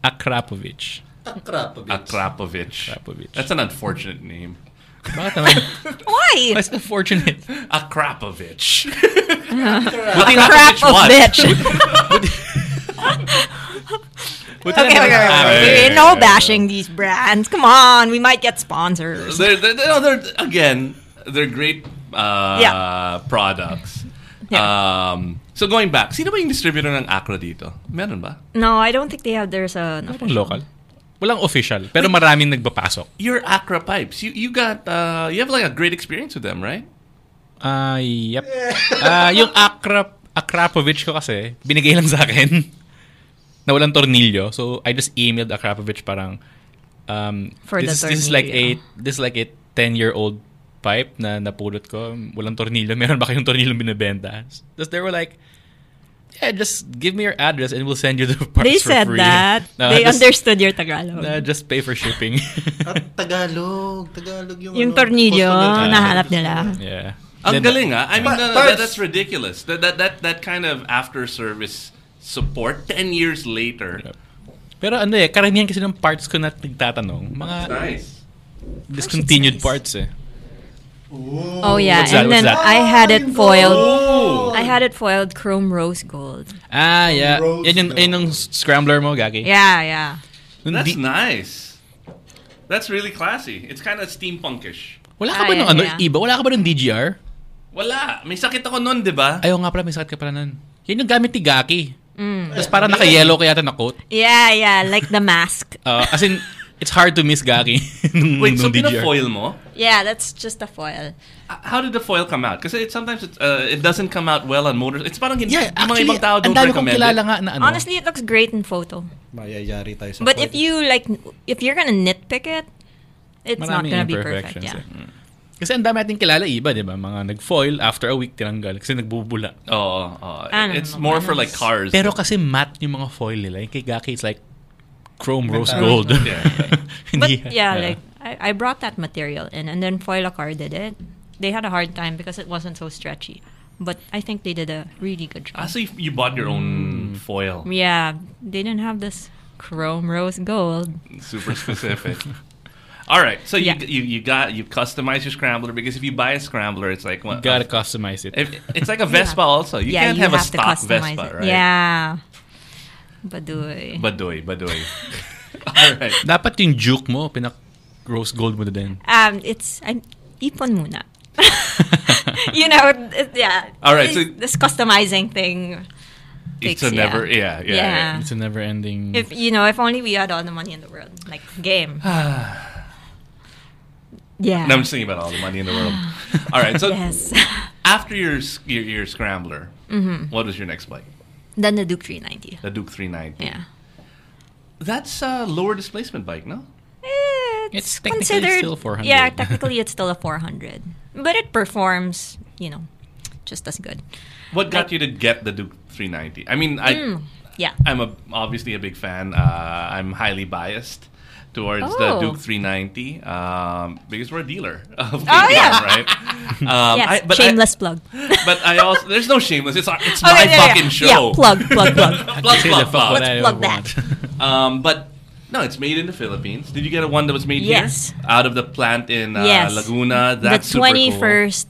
Speaker 7: Akrapovic.
Speaker 4: Akrapovic.
Speaker 1: Akrapovic.
Speaker 7: Akrapovic.
Speaker 1: That's an unfortunate name.
Speaker 7: Bakit naman?
Speaker 6: Why?
Speaker 7: That's unfortunate.
Speaker 1: Akrapovic.
Speaker 6: Crap
Speaker 1: Akrapovic
Speaker 6: of bitch.
Speaker 7: Buti
Speaker 6: Okay,
Speaker 7: naman-
Speaker 6: okay,
Speaker 7: Ah,
Speaker 6: okay, okay. No bashing these brands. Come on, we might get sponsors.
Speaker 1: they're, they're, they're, no, they're- again, they're great uh,
Speaker 6: Yeah.
Speaker 1: products. Um, so going back, sino ba yung distributor ng Acro dito? Meron ba?
Speaker 6: No, I don't think they have. There's a
Speaker 7: Walang Local. Walang official. Pero maraming nagbapasok.
Speaker 1: Your Acra pipes. You you got uh, you have like a great experience with them, right?
Speaker 7: Ah, yep. Ah, yung Akrap, Akrapovic ko kasi, binigay lang sa akin na walang tornilyo. So, I just emailed Akrapovic parang, um,
Speaker 6: For
Speaker 7: this,
Speaker 6: the
Speaker 7: is- this is like a,
Speaker 6: tornilyo.
Speaker 7: this is like a 10-year-old pipe na napulot ko. Walang tornilyo. Meron ba kayong tornilyo binibenta? Tapos they were like, yeah, just give me your address and we'll send you the parts
Speaker 6: They
Speaker 7: for
Speaker 6: said
Speaker 7: free.
Speaker 6: that.
Speaker 7: No,
Speaker 6: they
Speaker 7: just,
Speaker 6: understood your Tagalog.
Speaker 7: no, just pay for shipping.
Speaker 4: At Tagalog. Tagalog yung
Speaker 6: yung
Speaker 4: ano,
Speaker 6: tornilyo,
Speaker 4: customer service.
Speaker 6: nahanap nila.
Speaker 7: yeah.
Speaker 1: Ang
Speaker 7: Then-
Speaker 1: galing, ah. I mean,
Speaker 4: Pa-
Speaker 1: no, no,
Speaker 4: parts.
Speaker 1: that, that's ridiculous. That, that that that kind of after service support 10 years later.
Speaker 7: Pero ano eh, karamihan kasi ng parts ko na nagtatanong, mga
Speaker 1: Nice.
Speaker 7: discontinued parts eh.
Speaker 6: Oh, yeah.
Speaker 7: What's that?
Speaker 6: And then
Speaker 7: What's that?
Speaker 6: I had it foiled.
Speaker 1: Oh.
Speaker 6: I had it foiled chrome rose gold.
Speaker 7: Ah, yeah.
Speaker 4: Rose
Speaker 7: Yan yung,
Speaker 4: gold.
Speaker 7: yan yung scrambler mo, Gagi.
Speaker 6: Yeah, yeah.
Speaker 7: Yung
Speaker 1: That's
Speaker 7: di-
Speaker 1: nice. That's really classy. It's kind of steampunkish.
Speaker 7: wala ka ba
Speaker 6: Ah,
Speaker 7: nung
Speaker 6: yeah,
Speaker 7: ano,
Speaker 6: yeah.
Speaker 7: iba? Wala ka ba nung DGR?
Speaker 1: Wala. May sakit ako noon, di ba?
Speaker 7: Ayaw nga pala, may sakit ka pala nun. Yan yung gamit ni Gaki.
Speaker 6: Mm.
Speaker 7: Tapos parang naka-yellow kaya yata na coat.
Speaker 6: Yeah, yeah. Like the mask.
Speaker 7: Uh, as in, it's hard to miss Gaki nung,
Speaker 1: Wait, so
Speaker 7: nung DGR.
Speaker 1: pina-foil mo?
Speaker 6: Yeah, that's just a foil.
Speaker 1: Uh, How did the foil come out? Kasi it, sometimes it, uh, it doesn't come out well on motors. It's parang hindi
Speaker 7: Yeah,
Speaker 1: mga
Speaker 7: actually,
Speaker 1: ibang tao
Speaker 7: ang
Speaker 1: don't
Speaker 7: dami kong
Speaker 1: recommend
Speaker 7: kilala
Speaker 1: it.
Speaker 7: nga na ano.
Speaker 6: Honestly, it looks great in photo.
Speaker 4: Mayayari tayo sa
Speaker 6: But
Speaker 4: point.
Speaker 6: if you like, if you're gonna nitpick it, it's not
Speaker 7: Maraming
Speaker 6: gonna be perfect.
Speaker 7: imperfections
Speaker 6: Yeah.
Speaker 7: eh. Kasi ang dami nating kilala iba, di ba? Mga nag-foil, after a week, tinanggal. Kasi nagbubula.
Speaker 1: Oo, oo.
Speaker 6: Ano,
Speaker 1: It's more for
Speaker 6: ano.
Speaker 1: like cars.
Speaker 7: Pero kasi matte yung mga foil nila. Yung kay Gaki, it's like chrome rose
Speaker 4: Metallic.
Speaker 7: gold.
Speaker 1: Yeah.
Speaker 6: But
Speaker 7: Hindi-
Speaker 6: yeah, like I, I brought that material in, and then Foilacar did it. They had a hard time because it wasn't so stretchy, but I think they did a really good job.
Speaker 1: Ah, so you, you bought your
Speaker 7: Mm.
Speaker 1: own foil.
Speaker 6: Yeah, they didn't have this chrome rose gold.
Speaker 1: Super specific. All right, so you,
Speaker 6: Yeah.
Speaker 1: you you got you customize your scrambler because if you buy a scrambler, it's like
Speaker 7: You
Speaker 1: what?
Speaker 7: gotta customize it.
Speaker 1: if, it's like a Vespa also. You
Speaker 6: yeah,
Speaker 1: can't
Speaker 6: you
Speaker 1: have, a
Speaker 6: to
Speaker 1: stock
Speaker 6: customize
Speaker 1: Vespa,
Speaker 6: it.
Speaker 1: right?
Speaker 6: Yeah, baduy.
Speaker 1: Badoy, badoy. All right.
Speaker 7: Dapat yung juke mo, pinak rose gold mo na din.
Speaker 6: Um, it's I'm ipon muna. you know, it, yeah.
Speaker 1: All right,
Speaker 6: This,
Speaker 1: so-
Speaker 6: this customizing thing.
Speaker 1: It's
Speaker 6: Takes,
Speaker 1: a
Speaker 6: yeah.
Speaker 1: never. Yeah, yeah.
Speaker 6: Yeah.
Speaker 7: It's a never ending.
Speaker 6: If you know, if only we had all the money in the world, like game. yeah.
Speaker 1: No, I'm just thinking about all the money in the world. All right, so
Speaker 6: yes.
Speaker 1: after your s- your, your scrambler,
Speaker 6: Mm-hmm.
Speaker 1: what was your next bike?
Speaker 6: then the Duke 390.
Speaker 1: The Duke 390.
Speaker 6: Yeah.
Speaker 1: That's a lower displacement bike, no?
Speaker 7: It's technically still 400.
Speaker 6: Yeah, technically it's still a 400, but it performs, you know, just as good.
Speaker 1: What got you to get the Duke 390? I mean, I
Speaker 6: Mm. Yeah.
Speaker 1: I'm a, obviously a big fan. Uh, I'm highly biased towards the
Speaker 6: Oh.
Speaker 1: Duke 390 um, because we're a dealer of
Speaker 6: Oh,
Speaker 1: KTM,
Speaker 6: yeah.
Speaker 1: right? Um,
Speaker 6: yes.
Speaker 1: I- but I-
Speaker 6: Shameless plug.
Speaker 1: but I also there's no shameless. It's our- it's
Speaker 6: Okay,
Speaker 1: my
Speaker 6: yeah, yeah,
Speaker 1: fucking
Speaker 6: yeah.
Speaker 1: show.
Speaker 6: Yeah, plug, plug, plug.
Speaker 1: plug,
Speaker 7: Say
Speaker 1: plug,
Speaker 7: the fuck
Speaker 1: plug.
Speaker 7: what I
Speaker 6: plug
Speaker 7: want.
Speaker 1: Um, but no, it's made in the Philippines. Did you get a one that was made
Speaker 6: Yes.
Speaker 1: here? Out of the plant in uh,
Speaker 6: yes.
Speaker 1: Laguna. That's
Speaker 6: the
Speaker 1: super cool.
Speaker 6: 21st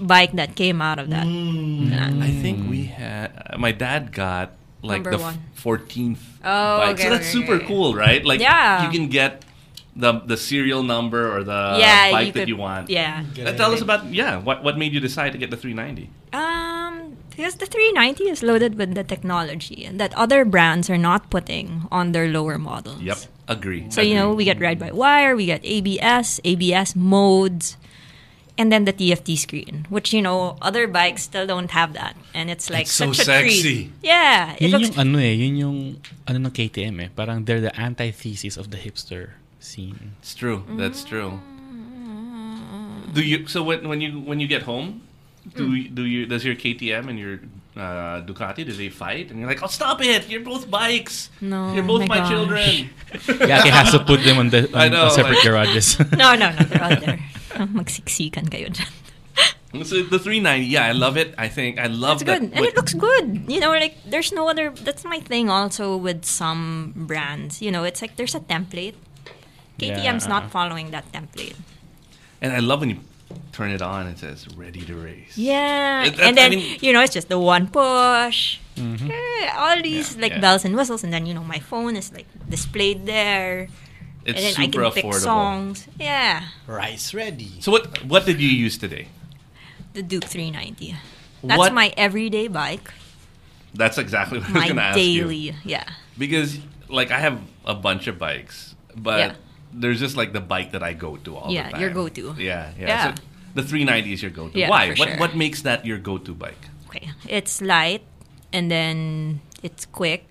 Speaker 6: bike that came out of that.
Speaker 1: I think we had uh, my dad got like
Speaker 6: Number
Speaker 1: the
Speaker 6: one.
Speaker 1: fourteenth
Speaker 6: Oh,
Speaker 1: bike.
Speaker 6: okay,
Speaker 1: so that's
Speaker 6: okay,
Speaker 1: super
Speaker 6: okay.
Speaker 1: cool, right? Like
Speaker 6: Yeah.
Speaker 1: you can get the the serial number or the
Speaker 6: yeah,
Speaker 1: Uh, bike
Speaker 6: you
Speaker 1: that
Speaker 6: could-
Speaker 1: you want.
Speaker 6: Yeah.
Speaker 1: Uh, Tell us about yeah, what what made you decide to get the 390?
Speaker 6: Um, because the 390 is loaded with the technology that other brands are not putting on their lower models.
Speaker 1: Yep, agree.
Speaker 6: So, you know, we get ride by wire, we get ABS, ABS modes, and then the TFT screen, which, you know, other bikes still don't have that. And it's like
Speaker 1: That's so
Speaker 6: such a
Speaker 1: sexy.
Speaker 6: treat. Yeah. It
Speaker 7: Yun
Speaker 6: looks
Speaker 7: yung ano eh, yun yung ano ng KTM eh. Parang they're the antithesis of the hipster scene.
Speaker 1: It's true. That's true.
Speaker 6: Mm.
Speaker 1: Do you so when when you when you get home, do you- do you does your KTM and your uh, Ducati? Did they fight? And you're like, oh, stop it! You're both bikes.
Speaker 6: No,
Speaker 1: you're both my,
Speaker 6: my gosh.
Speaker 1: children.
Speaker 7: Yeah, he has to put them on the
Speaker 1: I
Speaker 7: on,
Speaker 1: know,
Speaker 7: on
Speaker 1: like-
Speaker 7: separate garages.
Speaker 6: No, no, no. They're out there. Magsiksikan kayo dyan.
Speaker 1: So the 390, yeah, I love it. I think I love
Speaker 6: It's
Speaker 1: that.
Speaker 6: good. And
Speaker 1: what-
Speaker 6: it looks good. You know, like, there's no other... That's my thing also with some brands. You know, it's like there's a template. KTM's
Speaker 7: Yeah.
Speaker 6: not following that template.
Speaker 1: and I love when you turn it on. It says ready to race.
Speaker 6: Yeah.
Speaker 1: It- that-
Speaker 6: and then,
Speaker 1: I mean-
Speaker 6: you know, it's just the one push. Yeah, all these,
Speaker 1: Mm-hmm. Yeah,
Speaker 6: like,
Speaker 1: yeah.
Speaker 6: bells and whistles. And then, you know, my phone is, like, displayed there.
Speaker 1: It's
Speaker 6: and then I can
Speaker 1: super
Speaker 6: pick
Speaker 1: affordable.
Speaker 6: songs. Yeah.
Speaker 4: Rice ready.
Speaker 1: So what what did you use today?
Speaker 6: The Duke 390. That's
Speaker 1: What-
Speaker 6: my everyday bike.
Speaker 1: That's exactly what I was
Speaker 6: My
Speaker 1: going to ask
Speaker 6: daily.
Speaker 1: you.
Speaker 6: Yeah.
Speaker 1: Because like I have a bunch of bikes, but
Speaker 6: Yeah.
Speaker 1: there's just like the bike that I go to all
Speaker 6: Yeah,
Speaker 1: the time.
Speaker 6: your go-to.
Speaker 1: Yeah, yeah.
Speaker 6: Yeah.
Speaker 1: So the 390 is your go-to.
Speaker 6: Yeah,
Speaker 1: Why?
Speaker 6: for
Speaker 1: what
Speaker 6: sure.
Speaker 1: what makes that your go-to bike?
Speaker 6: Okay. It's light and then it's quick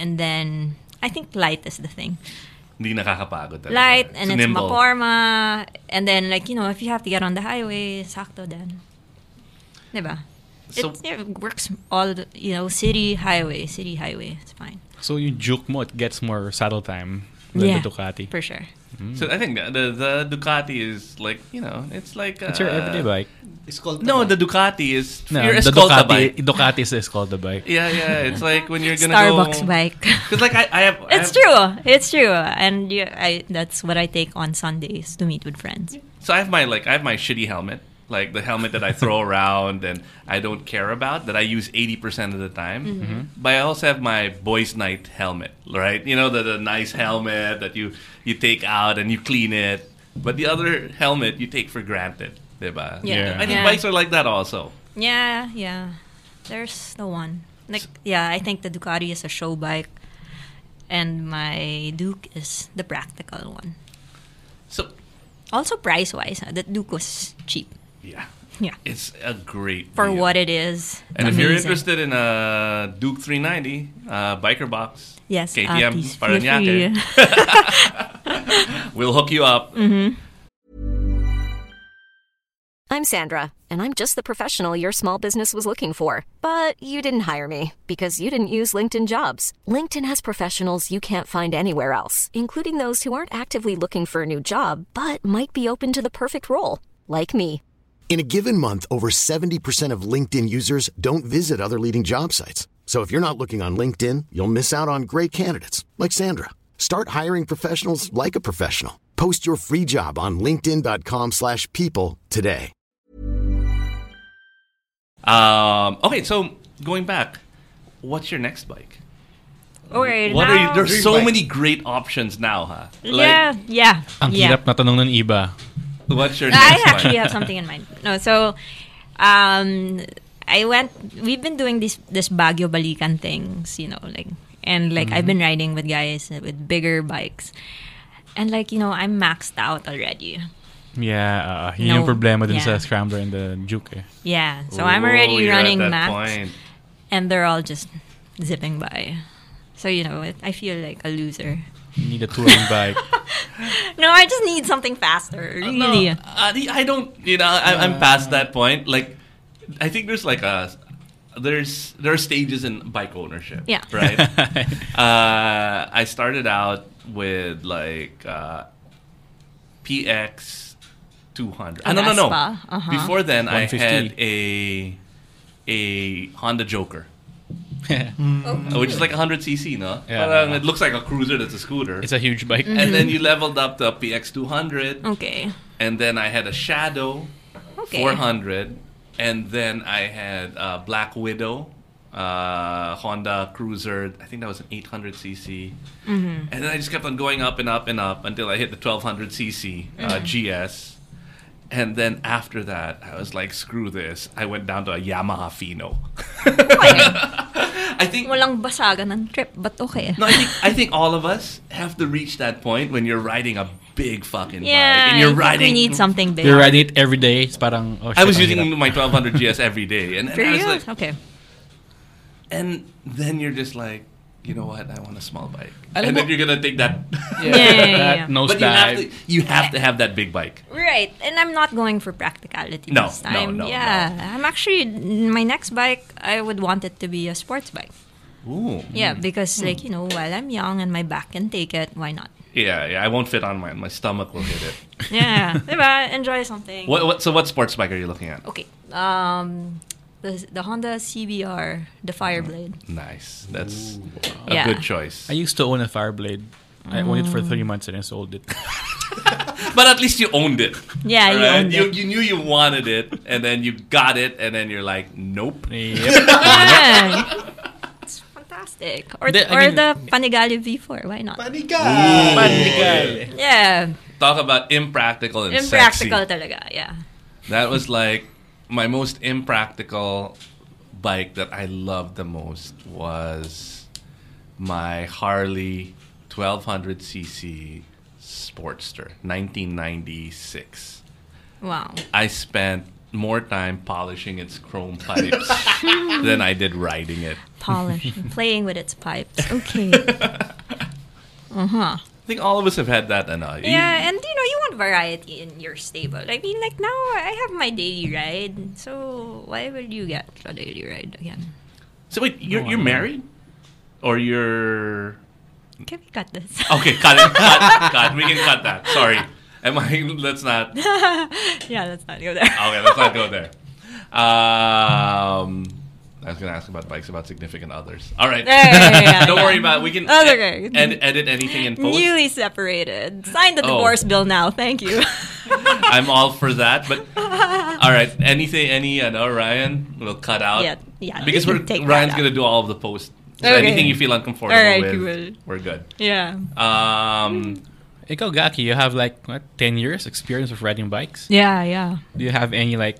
Speaker 6: and then I think light is the thing.
Speaker 1: Hindi nakakapagod talaga.
Speaker 6: Light and it's,
Speaker 1: nimble.
Speaker 6: maporma and then like you know if you have to get on the highway, sakto then. Diba?
Speaker 1: So-
Speaker 6: it, it works all the, you know city highway, city highway. It's fine.
Speaker 7: so you juke mo, it gets more saddle time than
Speaker 6: Yeah.
Speaker 7: the Ducati.
Speaker 6: For sure.
Speaker 1: So I think the, the the Ducati is like, you know, it's like
Speaker 7: It's your
Speaker 1: uh,
Speaker 7: everyday bike.
Speaker 4: It's called
Speaker 1: No, the Ducati is
Speaker 7: No,
Speaker 1: your
Speaker 7: the
Speaker 1: Escolta
Speaker 7: Ducati,
Speaker 1: bike.
Speaker 7: Ducati is the Escolta bike.
Speaker 1: Yeah, yeah. It's like when you're gonna go,
Speaker 6: Starbucks bike.
Speaker 1: Because like I, I have. I
Speaker 6: It's
Speaker 1: have-
Speaker 6: true. It's true. And yeah, I, that's what I take on Sundays to meet with friends.
Speaker 1: So I have my like I have my shitty helmet, like the helmet that I throw around and I don't care about that I use eighty percent of the time.
Speaker 6: Mm-hmm.
Speaker 1: But I also have my boys' night helmet, right? You know the, the nice helmet that you you take out and you clean it, but the other helmet you take for granted, diba?
Speaker 6: Yeah.
Speaker 1: I think
Speaker 6: Yeah.
Speaker 1: bikes are like that also.
Speaker 6: Yeah, yeah. There's the one. Like yeah, I think the Ducati is a show bike and my Duke is the practical one.
Speaker 1: So
Speaker 6: Also price wise, the Duke was cheap.
Speaker 1: yeah,
Speaker 6: Yeah.
Speaker 1: it's a great
Speaker 6: For
Speaker 1: deal.
Speaker 6: what it is. it's
Speaker 1: And if you're
Speaker 6: amazing.
Speaker 1: interested in a Duke 390, uh, Biker Box,
Speaker 6: Yes, uh,
Speaker 1: KTM,
Speaker 6: please feel
Speaker 1: Paranaque,
Speaker 6: free.
Speaker 1: we'll hook you up.
Speaker 8: I'm Sandra, and I'm just the professional your small business was looking for. But you didn't hire me because you didn't use LinkedIn jobs. LinkedIn has professionals you can't find anywhere else, including those who aren't actively looking for a new job but might be open to the perfect role, like me.
Speaker 9: In a given month, over 70% of LinkedIn users don't visit other leading job sites. So if you're not looking on LinkedIn, you'll miss out on great candidates like Sandra. Start hiring professionals like a professional. Post your free job on linkedin.com/people slash people today.
Speaker 1: Um, okay, so going back, what's your next bike?
Speaker 6: Okay,
Speaker 1: What are you,
Speaker 6: now-
Speaker 1: there's so
Speaker 4: bike.
Speaker 1: many great options now, huh? Like,
Speaker 6: Yeah, yeah.
Speaker 7: Ang
Speaker 6: yeah.
Speaker 7: hirap na tanong ng iba.
Speaker 1: What's your
Speaker 6: I
Speaker 1: next
Speaker 6: actually
Speaker 1: bike?
Speaker 6: have something in mind. No, so um, I went. We've been doing this this Baguio Balikan things, you know, like and like
Speaker 1: Mm-hmm.
Speaker 6: I've been riding with guys with bigger bikes, and like you know I'm maxed out already.
Speaker 7: Yeah, uh, yun yung
Speaker 6: No,
Speaker 7: problema dun
Speaker 6: yeah.
Speaker 7: sa Scrambler and the Juke eh.
Speaker 6: Yeah, so I'm already
Speaker 1: Ooh, you're at
Speaker 6: running
Speaker 1: that
Speaker 6: max,
Speaker 1: point.
Speaker 6: and they're all just zipping by. So you know, it, I feel like a loser.
Speaker 7: You need a touring bike.
Speaker 6: No, I just need something faster,
Speaker 1: No,
Speaker 6: really.
Speaker 1: uh, the- I don't. You know, I,
Speaker 7: Uh.
Speaker 1: I'm past that point. Like, I think there's like a there's there are stages in bike ownership.
Speaker 6: Yeah.
Speaker 1: Right. uh, I started out with like uh, PX 200. Ah, no, no, no.
Speaker 6: Vespa, uh-huh.
Speaker 1: Before then, I
Speaker 7: 150.
Speaker 1: had a a Honda Joker.
Speaker 6: Oh,
Speaker 1: Uh, Which is like 100 cc, no?
Speaker 7: Yeah.
Speaker 1: Parang it looks like a cruiser that's a scooter.
Speaker 7: it's a huge bike.
Speaker 6: Mm-hmm.
Speaker 1: and then you leveled up to a PX 200
Speaker 6: Okay.
Speaker 1: and then I had a Shadow
Speaker 6: Okay.
Speaker 1: 400, and then I had uh, Black Widow, uh, Honda Cruiser. I think that was an 800 cc,
Speaker 6: Mm-hmm.
Speaker 1: and then I just kept on going up and up and up until I hit the 1200 cc uh,
Speaker 6: Mm-hmm.
Speaker 1: GS. And then after that, I was like, "Screw this!" I went down to a Yamaha Fino. I think
Speaker 6: Walang basagan ng trip, but okay.
Speaker 1: no, I think I think all of us have to reach that point when you're riding a big fucking bike
Speaker 6: yeah,
Speaker 1: and you're
Speaker 6: I think
Speaker 1: riding
Speaker 6: we need something big.
Speaker 7: You're riding it every day. It's parang, oh
Speaker 1: I
Speaker 7: shit,
Speaker 1: was
Speaker 7: ang
Speaker 1: using
Speaker 7: hirap.
Speaker 1: my 1200 GS every day, and, and
Speaker 6: For
Speaker 1: I was
Speaker 6: real?
Speaker 1: like,
Speaker 6: okay.
Speaker 1: and then you're just like, you know what? I want a small bike. and
Speaker 7: Alam
Speaker 1: then
Speaker 7: mo-
Speaker 1: you're gonna take that.
Speaker 6: Yeah, yeah, yeah.
Speaker 7: That nose
Speaker 1: but you have to
Speaker 7: dive.
Speaker 1: you have to have that big bike.
Speaker 6: Right, and I'm not going for practicality
Speaker 1: No,
Speaker 6: this
Speaker 1: no,
Speaker 6: time.
Speaker 1: no,
Speaker 6: yeah, I'm actually my next bike. I would want it to be a sports bike.
Speaker 1: Ooh.
Speaker 6: Yeah, because like
Speaker 1: Hmm.
Speaker 6: you know, while I'm young and my back can take it, why not?
Speaker 1: Yeah, yeah. I won't fit on mine. My stomach will hit it.
Speaker 6: Yeah, diba? Enjoy something.
Speaker 1: What, what? So what sports bike are you looking at?
Speaker 6: Okay. Um, the the Honda CBR,
Speaker 1: Mm-hmm.
Speaker 6: the Fireblade.
Speaker 1: Nice. That's a
Speaker 6: Yeah.
Speaker 1: good choice.
Speaker 7: I used to own a Fireblade. I owned it for
Speaker 6: Mm.
Speaker 7: three months and I sold it.
Speaker 1: But at least you owned it.
Speaker 6: Yeah, you
Speaker 1: right?
Speaker 6: owned
Speaker 1: you,
Speaker 6: it.
Speaker 1: you knew you wanted it, and then you got it, and then you're like, nope.
Speaker 7: Yep.
Speaker 6: Yeah. it's fantastic. Or
Speaker 7: The- I
Speaker 6: or
Speaker 7: mean-
Speaker 6: the Panigale V4, why not?
Speaker 4: Panigal!
Speaker 6: Yeah,
Speaker 1: Talk about impractical and
Speaker 6: impractical
Speaker 1: sexy.
Speaker 6: talaga. Yeah.
Speaker 1: That was like my most impractical bike that I loved the most was my Harley 1200cc Sportster 1996.
Speaker 6: Wow.
Speaker 1: I spent more time polishing its chrome pipes than I did riding it.
Speaker 6: Polish, playing with its pipes. Okay.
Speaker 1: I think all of us have had that, and uh, you-
Speaker 6: Yeah, and you know, you want variety in your stable. I mean, like now I have my daily ride, so why will you get a daily ride again?
Speaker 1: So wait, you're, you're married, or you're
Speaker 6: Can we cut this?
Speaker 1: okay? Cut it. cut, cut. We can cut that. Sorry. Am I? Let's not. Okay.
Speaker 6: yeah, let's not go there.
Speaker 1: Let's not go there. Um, I was gonna ask about bikes, about significant others. All right.
Speaker 6: Yeah, yeah, yeah, yeah,
Speaker 1: Don't
Speaker 6: yeah.
Speaker 1: worry about. it. We can.
Speaker 6: That's okay.
Speaker 1: And edit anything in post.
Speaker 6: Newly separated. Sign the
Speaker 1: Oh.
Speaker 6: divorce bill now. Thank you.
Speaker 1: I'm all for that. But all right. Anything? Any? I know Ryan. We'll cut out.
Speaker 6: Yeah, yeah,
Speaker 1: Uh, Because
Speaker 6: you
Speaker 1: we're
Speaker 6: can take that
Speaker 1: Ryan's
Speaker 6: out.
Speaker 1: gonna do all of the posts. So
Speaker 6: Okay.
Speaker 1: Anything you feel uncomfortable
Speaker 6: All right,
Speaker 1: with,
Speaker 6: you will.
Speaker 1: we're good.
Speaker 6: yeah.
Speaker 1: Um,
Speaker 7: Ikaw, Gaki, you have like, what, 10 years experience of riding bikes?
Speaker 6: Yeah, yeah.
Speaker 7: Do you have any like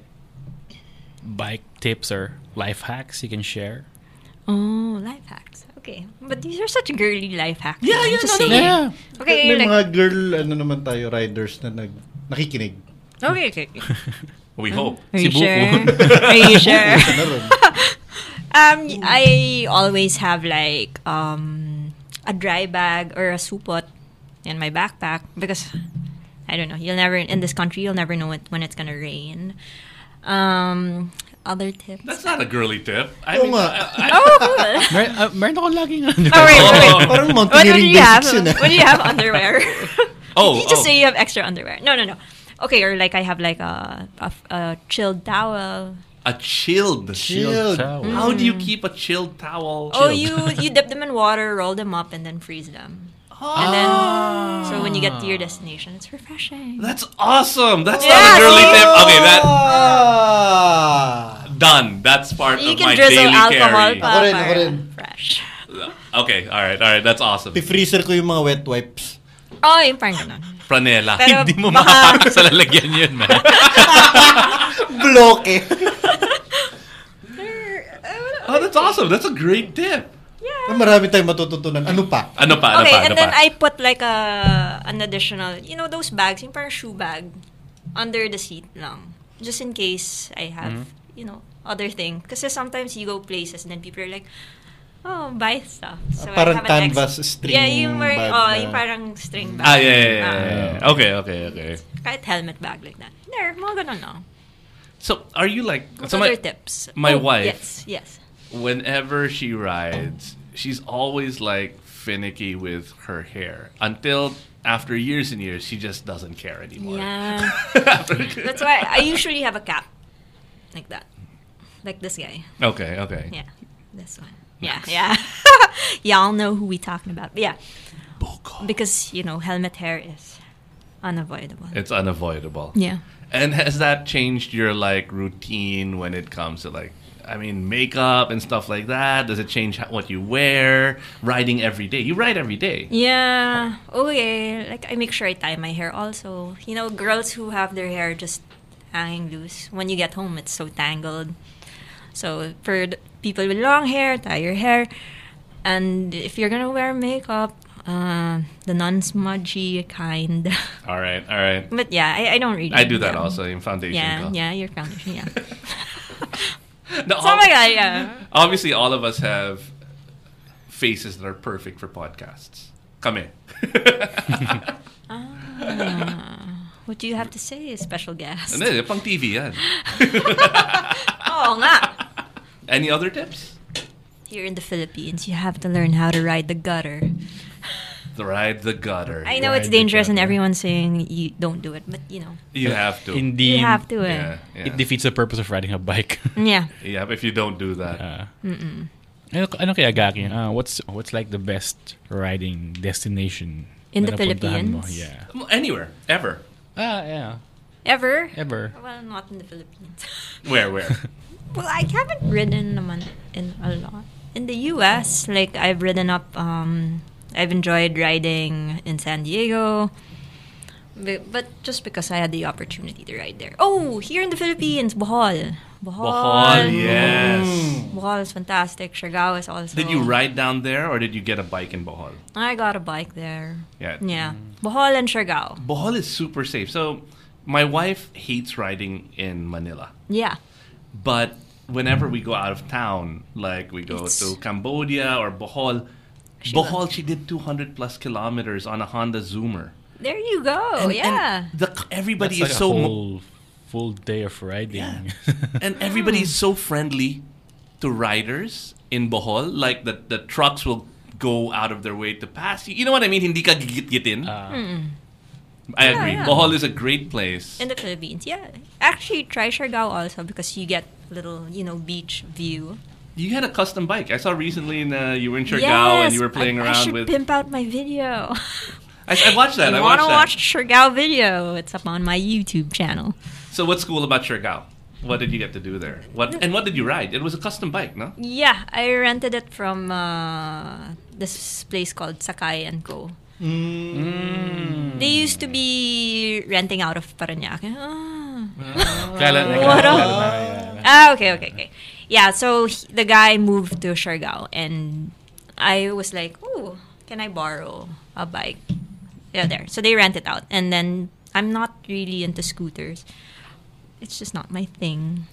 Speaker 7: bike tips or life hacks you can share?
Speaker 6: Oh, life hacks. Okay. But these are such girly life hacks.
Speaker 1: Yeah, yeah,
Speaker 6: To
Speaker 1: no,
Speaker 6: say.
Speaker 1: no.
Speaker 6: Okay,
Speaker 4: May
Speaker 6: like-
Speaker 4: mga girl, ano naman tayo, riders na nag, nakikinig.
Speaker 6: Okay, okay. okay.
Speaker 1: we hope.
Speaker 6: Are you
Speaker 7: Si Buko.
Speaker 6: sure? Are you sure?
Speaker 4: Meron.
Speaker 6: Um, I always have like um a dry bag or a supot in my backpack because I don't know. You'll never in this country you'll never know it, when it's gonna rain. Um, other tips.
Speaker 1: That's not a girly tip. I
Speaker 4: Oo
Speaker 1: mean,
Speaker 4: nga.
Speaker 1: I, I,
Speaker 6: oh, cool.
Speaker 7: Mer- uh, meron akong laging ano.
Speaker 6: Oh, wait, wait.
Speaker 1: Oh.
Speaker 4: Parang
Speaker 6: What do
Speaker 4: mountaineering
Speaker 6: you have?
Speaker 4: basics yun ah.
Speaker 6: What do you have underwear?
Speaker 1: Oh,
Speaker 6: Did you just
Speaker 1: oh.
Speaker 6: say you have extra underwear? No, no, no. Okay, or like I have like a a, a chilled towel.
Speaker 1: a chilled.
Speaker 4: Shield.
Speaker 6: Mm.
Speaker 7: Towel.
Speaker 1: How do you keep a chilled towel?
Speaker 6: Oh, you you dip them in water, roll them up, and then freeze them. And then, so when you get to your destination, it's refreshing.
Speaker 1: That's awesome. That's not
Speaker 6: Yeah,
Speaker 1: a girly
Speaker 6: see?
Speaker 1: tip. Okay, that
Speaker 4: Ah!
Speaker 1: done. That's part
Speaker 6: You
Speaker 1: of my
Speaker 6: can drizzle
Speaker 1: daily
Speaker 6: alcohol
Speaker 1: carry.
Speaker 6: pa
Speaker 4: Ako rin, ako
Speaker 6: para
Speaker 4: rin.
Speaker 6: fresh.
Speaker 1: Okay, all right, all right. That's awesome.
Speaker 4: Pi-freezer ko yung mga wet wipes.
Speaker 6: Oh, yung parang
Speaker 1: Ano
Speaker 6: ganun.
Speaker 1: Pranela.
Speaker 6: Pero
Speaker 7: Hindi mo
Speaker 6: baka-
Speaker 7: makapapak sa lalagyan yun, man.
Speaker 4: Bloke eh.
Speaker 1: Oh, that's awesome. That's a great tip.
Speaker 4: Marami tayong matututunan. Ano pa?
Speaker 1: Ano pa? Ano
Speaker 6: Okay,
Speaker 1: pa? Ano
Speaker 6: and then
Speaker 1: pa?
Speaker 6: I put like a an additional, you know those bags, yung parang shoe bag, under the seat lang. Just in case I have,
Speaker 1: Mm-hmm.
Speaker 6: you know, other thing. Kasi sometimes you go places and then people are like, oh, buy stuff. So I
Speaker 4: Parang
Speaker 6: have an
Speaker 4: canvas string
Speaker 6: Yeah, yung, parang,
Speaker 4: bag
Speaker 6: oh,
Speaker 4: na-
Speaker 6: yung parang string bag.
Speaker 1: Ah, yeah, yeah, yeah,
Speaker 6: Ah.
Speaker 1: yeah, yeah. Okay, okay, okay.
Speaker 6: Kahit helmet bag like that. There, mga ganun lang.
Speaker 1: So, are you like?
Speaker 6: What
Speaker 1: So
Speaker 6: other
Speaker 1: my,
Speaker 6: tips?
Speaker 1: my
Speaker 6: Oh,
Speaker 1: wife-
Speaker 6: Yes, yes.
Speaker 1: whenever she rides, she's always like finicky with her hair until after years and years she just doesn't care anymore.
Speaker 6: Yeah. That's why I usually have a cap. Like that. Like this guy.
Speaker 1: Okay, okay.
Speaker 6: Yeah. This one. Yeah, yeah. Y'all know who we talking about. But yeah. Because, you know, helmet hair is unavoidable.
Speaker 1: It's unavoidable.
Speaker 6: Yeah.
Speaker 1: And has that changed your like routine when it comes to like I mean makeup and stuff like that? Does it change ho- what you wear? Riding every day. You ride every day.
Speaker 6: Yeah. Okay. Like I make sure I tie my hair also. You know, girls who have their hair just hanging loose. When you get home it's so tangled. So for the people with long hair, tie your hair. And if you're gonna wear makeup, uh, the non smudgy kind.
Speaker 1: All right. All right.
Speaker 6: but yeah, I, I don't really
Speaker 1: I do that
Speaker 6: yeah.
Speaker 1: also in foundation.
Speaker 6: Yeah,
Speaker 1: ko.
Speaker 6: yeah, your foundation, yeah.
Speaker 1: No,
Speaker 6: oh my god, yeah.
Speaker 1: obviously all of us have faces that are perfect for podcasts. Kami.
Speaker 6: What do you have to say, special guest?
Speaker 1: Ano yun, pang TV yan.
Speaker 6: Oo Oh, nga.
Speaker 1: Any other tips?
Speaker 6: Here in the Philippines, you have to learn how to ride the gutter.
Speaker 1: The Ride the gutter.
Speaker 6: I know it's
Speaker 7: Ride the
Speaker 6: dangerous and
Speaker 7: gutter.
Speaker 6: everyone's saying you don't do it, but you know,
Speaker 1: You have to.
Speaker 7: Indeed,
Speaker 6: you have to.
Speaker 1: yeah,
Speaker 6: eh.
Speaker 1: yeah.
Speaker 7: it defeats the purpose of riding a bike.
Speaker 6: Yeah.
Speaker 1: yeah, if you don't do that.
Speaker 7: ano, ano kaya gagawin? Ah, what's what's like the best riding destination
Speaker 6: In the
Speaker 7: na napuntahan mo?
Speaker 6: Philippines?
Speaker 7: Yeah.
Speaker 1: Anywhere, ever.
Speaker 7: Ah, yeah.
Speaker 6: Ever?
Speaker 7: Ever.
Speaker 6: Well, not in the Philippines.
Speaker 1: Where, where?
Speaker 6: Well, I haven't ridden naman in a lot. In the US, like I've ridden up um I've enjoyed riding in San Diego. But, but just because I had the opportunity to ride there. Oh, here in the Philippines, Bohol. Bohol. Mm.
Speaker 1: Bohol, yes.
Speaker 6: Bohol is fantastic. Siargao is also.
Speaker 1: Did you ride down there or did you get a bike in Bohol?
Speaker 6: I got a bike there.
Speaker 1: Yeah.
Speaker 6: Yeah. Bohol and Siargao.
Speaker 1: Bohol is super safe. So, my wife hates riding in Manila.
Speaker 6: Yeah.
Speaker 1: But whenever we go out of town, like we go
Speaker 6: It's-
Speaker 1: to Cambodia or Bohol, Bohol, she did 200 plus kilometers on a Honda Zoomer.
Speaker 6: There you go.
Speaker 1: And-
Speaker 6: yeah.
Speaker 1: and the, everybody
Speaker 7: It's like
Speaker 1: is
Speaker 7: a
Speaker 1: so mo-
Speaker 7: whole full day of riding.
Speaker 1: and everybody is so friendly to riders in Bohol. Like the the trucks will go out of their way to pass you. You know what I mean? Hindi ka gigit-gitin. I agree.
Speaker 6: yeah.
Speaker 1: Bohol is a great place.
Speaker 6: In the Philippines, yeah. Actually, try Siargao also because you get little, you know, beach view.
Speaker 1: you had a custom bike. I saw recently in, uh, you were in Siargao and you were playing
Speaker 6: I, I
Speaker 1: around
Speaker 6: should
Speaker 1: with.
Speaker 6: pimp out my video.
Speaker 1: I, I watched that. I
Speaker 6: you want
Speaker 1: watched
Speaker 6: to
Speaker 1: that.
Speaker 6: watch Siargao video? It's up on my YouTube channel.
Speaker 1: So what's cool about Siargao? What did you get to do there? What and what did you ride? It was a custom bike, no?
Speaker 6: Yeah, I rented it from uh, this place called Sakai and Co.
Speaker 1: Mm.
Speaker 6: They used to be renting out of Parañaque. Ah.
Speaker 7: Kala-
Speaker 6: What
Speaker 7: kala-
Speaker 6: up? Ah, okay, okay, okay. Yeah, so he- the guy moved to Siargao and I was like, oh, can I borrow a bike? Yeah, there. So they rent it out. And then I'm not really into scooters. It's just not my thing.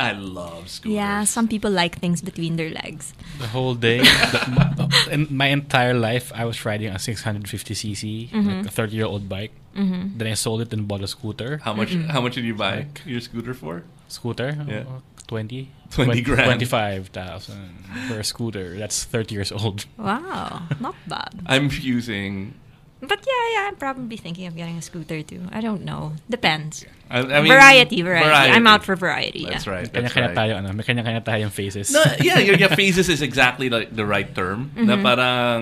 Speaker 1: I love scooters.
Speaker 6: Yeah, some people like things between their legs.
Speaker 7: The whole day, the, in my entire life, I was riding a 650cc,
Speaker 6: Mm-hmm.
Speaker 7: like a 30 year old bike. Then I sold it and bought a scooter.
Speaker 1: How much? How much did you buy your scooter for?
Speaker 7: Scooter?
Speaker 1: Yeah.
Speaker 7: Uh, 20?
Speaker 1: 20 grand.
Speaker 7: 25,000 for a scooter. That's 30 years old.
Speaker 6: Wow, not bad.
Speaker 1: I'm using.
Speaker 6: But yeah, yeah, I'm probably thinking of getting a scooter too. I don't know. Depends.
Speaker 1: I, I mean,
Speaker 6: variety, variety, I'm out for variety.
Speaker 1: That's
Speaker 6: yeah.
Speaker 1: right. That's right.
Speaker 7: Kanya-kanya tayo, ano? May kanya-kanya tayong faces.
Speaker 1: No, yeah, your, your phases is exactly like the right term. Na
Speaker 6: Mm-hmm.
Speaker 1: parang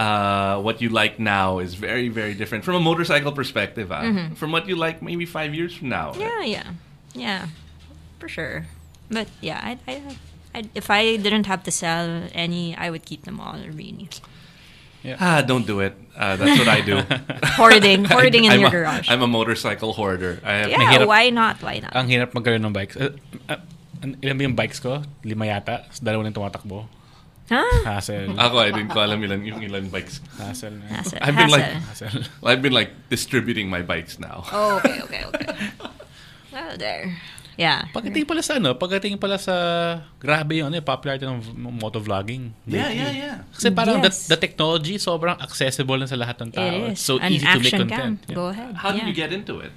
Speaker 1: uh, what you like now is very, very different from a motorcycle perspective. Ah, From what you like maybe five years from now.
Speaker 6: Mm-hmm. Yeah, yeah, yeah, for sure. But yeah, I, I, I, if I didn't have to sell any, I would keep them all. Really,
Speaker 1: Ah, don't do it. Uh, that's what I do.
Speaker 6: hoarding, hoarding in
Speaker 1: I'm
Speaker 6: your
Speaker 1: a,
Speaker 6: garage.
Speaker 1: I'm a motorcycle hoarder. I have
Speaker 6: yeah,
Speaker 7: Mahirap.
Speaker 6: why not? Why not?
Speaker 7: Ang hirap magkaroon ng bikes. Uh, uh, an- ilan ba yung bikes ko? Lima yata. Tapos Dalawa na yung tumatakbo.
Speaker 6: Huh?
Speaker 7: Hassle.
Speaker 1: Ako, I didn't ko alam ilan, yung ilan bikes.
Speaker 7: Hassle na.
Speaker 6: Ah. Hassle,
Speaker 1: I've been like-
Speaker 6: hassle.
Speaker 7: Hassle.
Speaker 1: I've been like distributing my bikes now.
Speaker 6: Oh, okay, okay, okay. well, Oh, there. Yeah.
Speaker 7: Pagdating pala sa ano, pagdating pala sa, grabe yun, eh, popularity ng v- motovlogging.
Speaker 1: Yeah, yeah, yeah.
Speaker 7: Kasi parang
Speaker 6: Yes.
Speaker 7: the, the technology sobrang accessible na sa lahat ng tao.
Speaker 6: It is
Speaker 7: It's so
Speaker 6: an
Speaker 7: easy to make
Speaker 6: action
Speaker 7: content.
Speaker 6: cam. Go ahead.
Speaker 1: How did
Speaker 6: yeah.
Speaker 1: you get into it?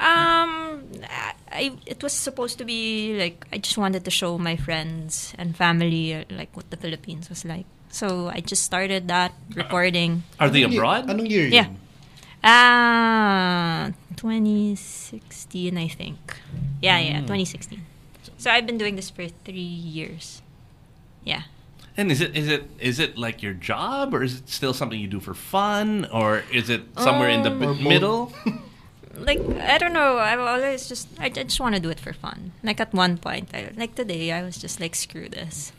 Speaker 6: Um, I, I it was supposed to be like I just wanted to show my friends and family uh, like what the Philippines was like. So I just started that recording.
Speaker 1: Are they abroad?
Speaker 4: Anong year
Speaker 6: Yeah.
Speaker 4: yun?
Speaker 6: Ah, 2016 I think. Yeah, yeah, 2016. So I've been doing this for 3 years. Yeah.
Speaker 1: And is it is it is it like your job or is it still something you do for fun or is it somewhere in the
Speaker 4: Or both.
Speaker 1: b- middle?
Speaker 6: like I don't know. I always just I, I just want to do it for fun. Like at one point, I, like today, I was just like, screw this.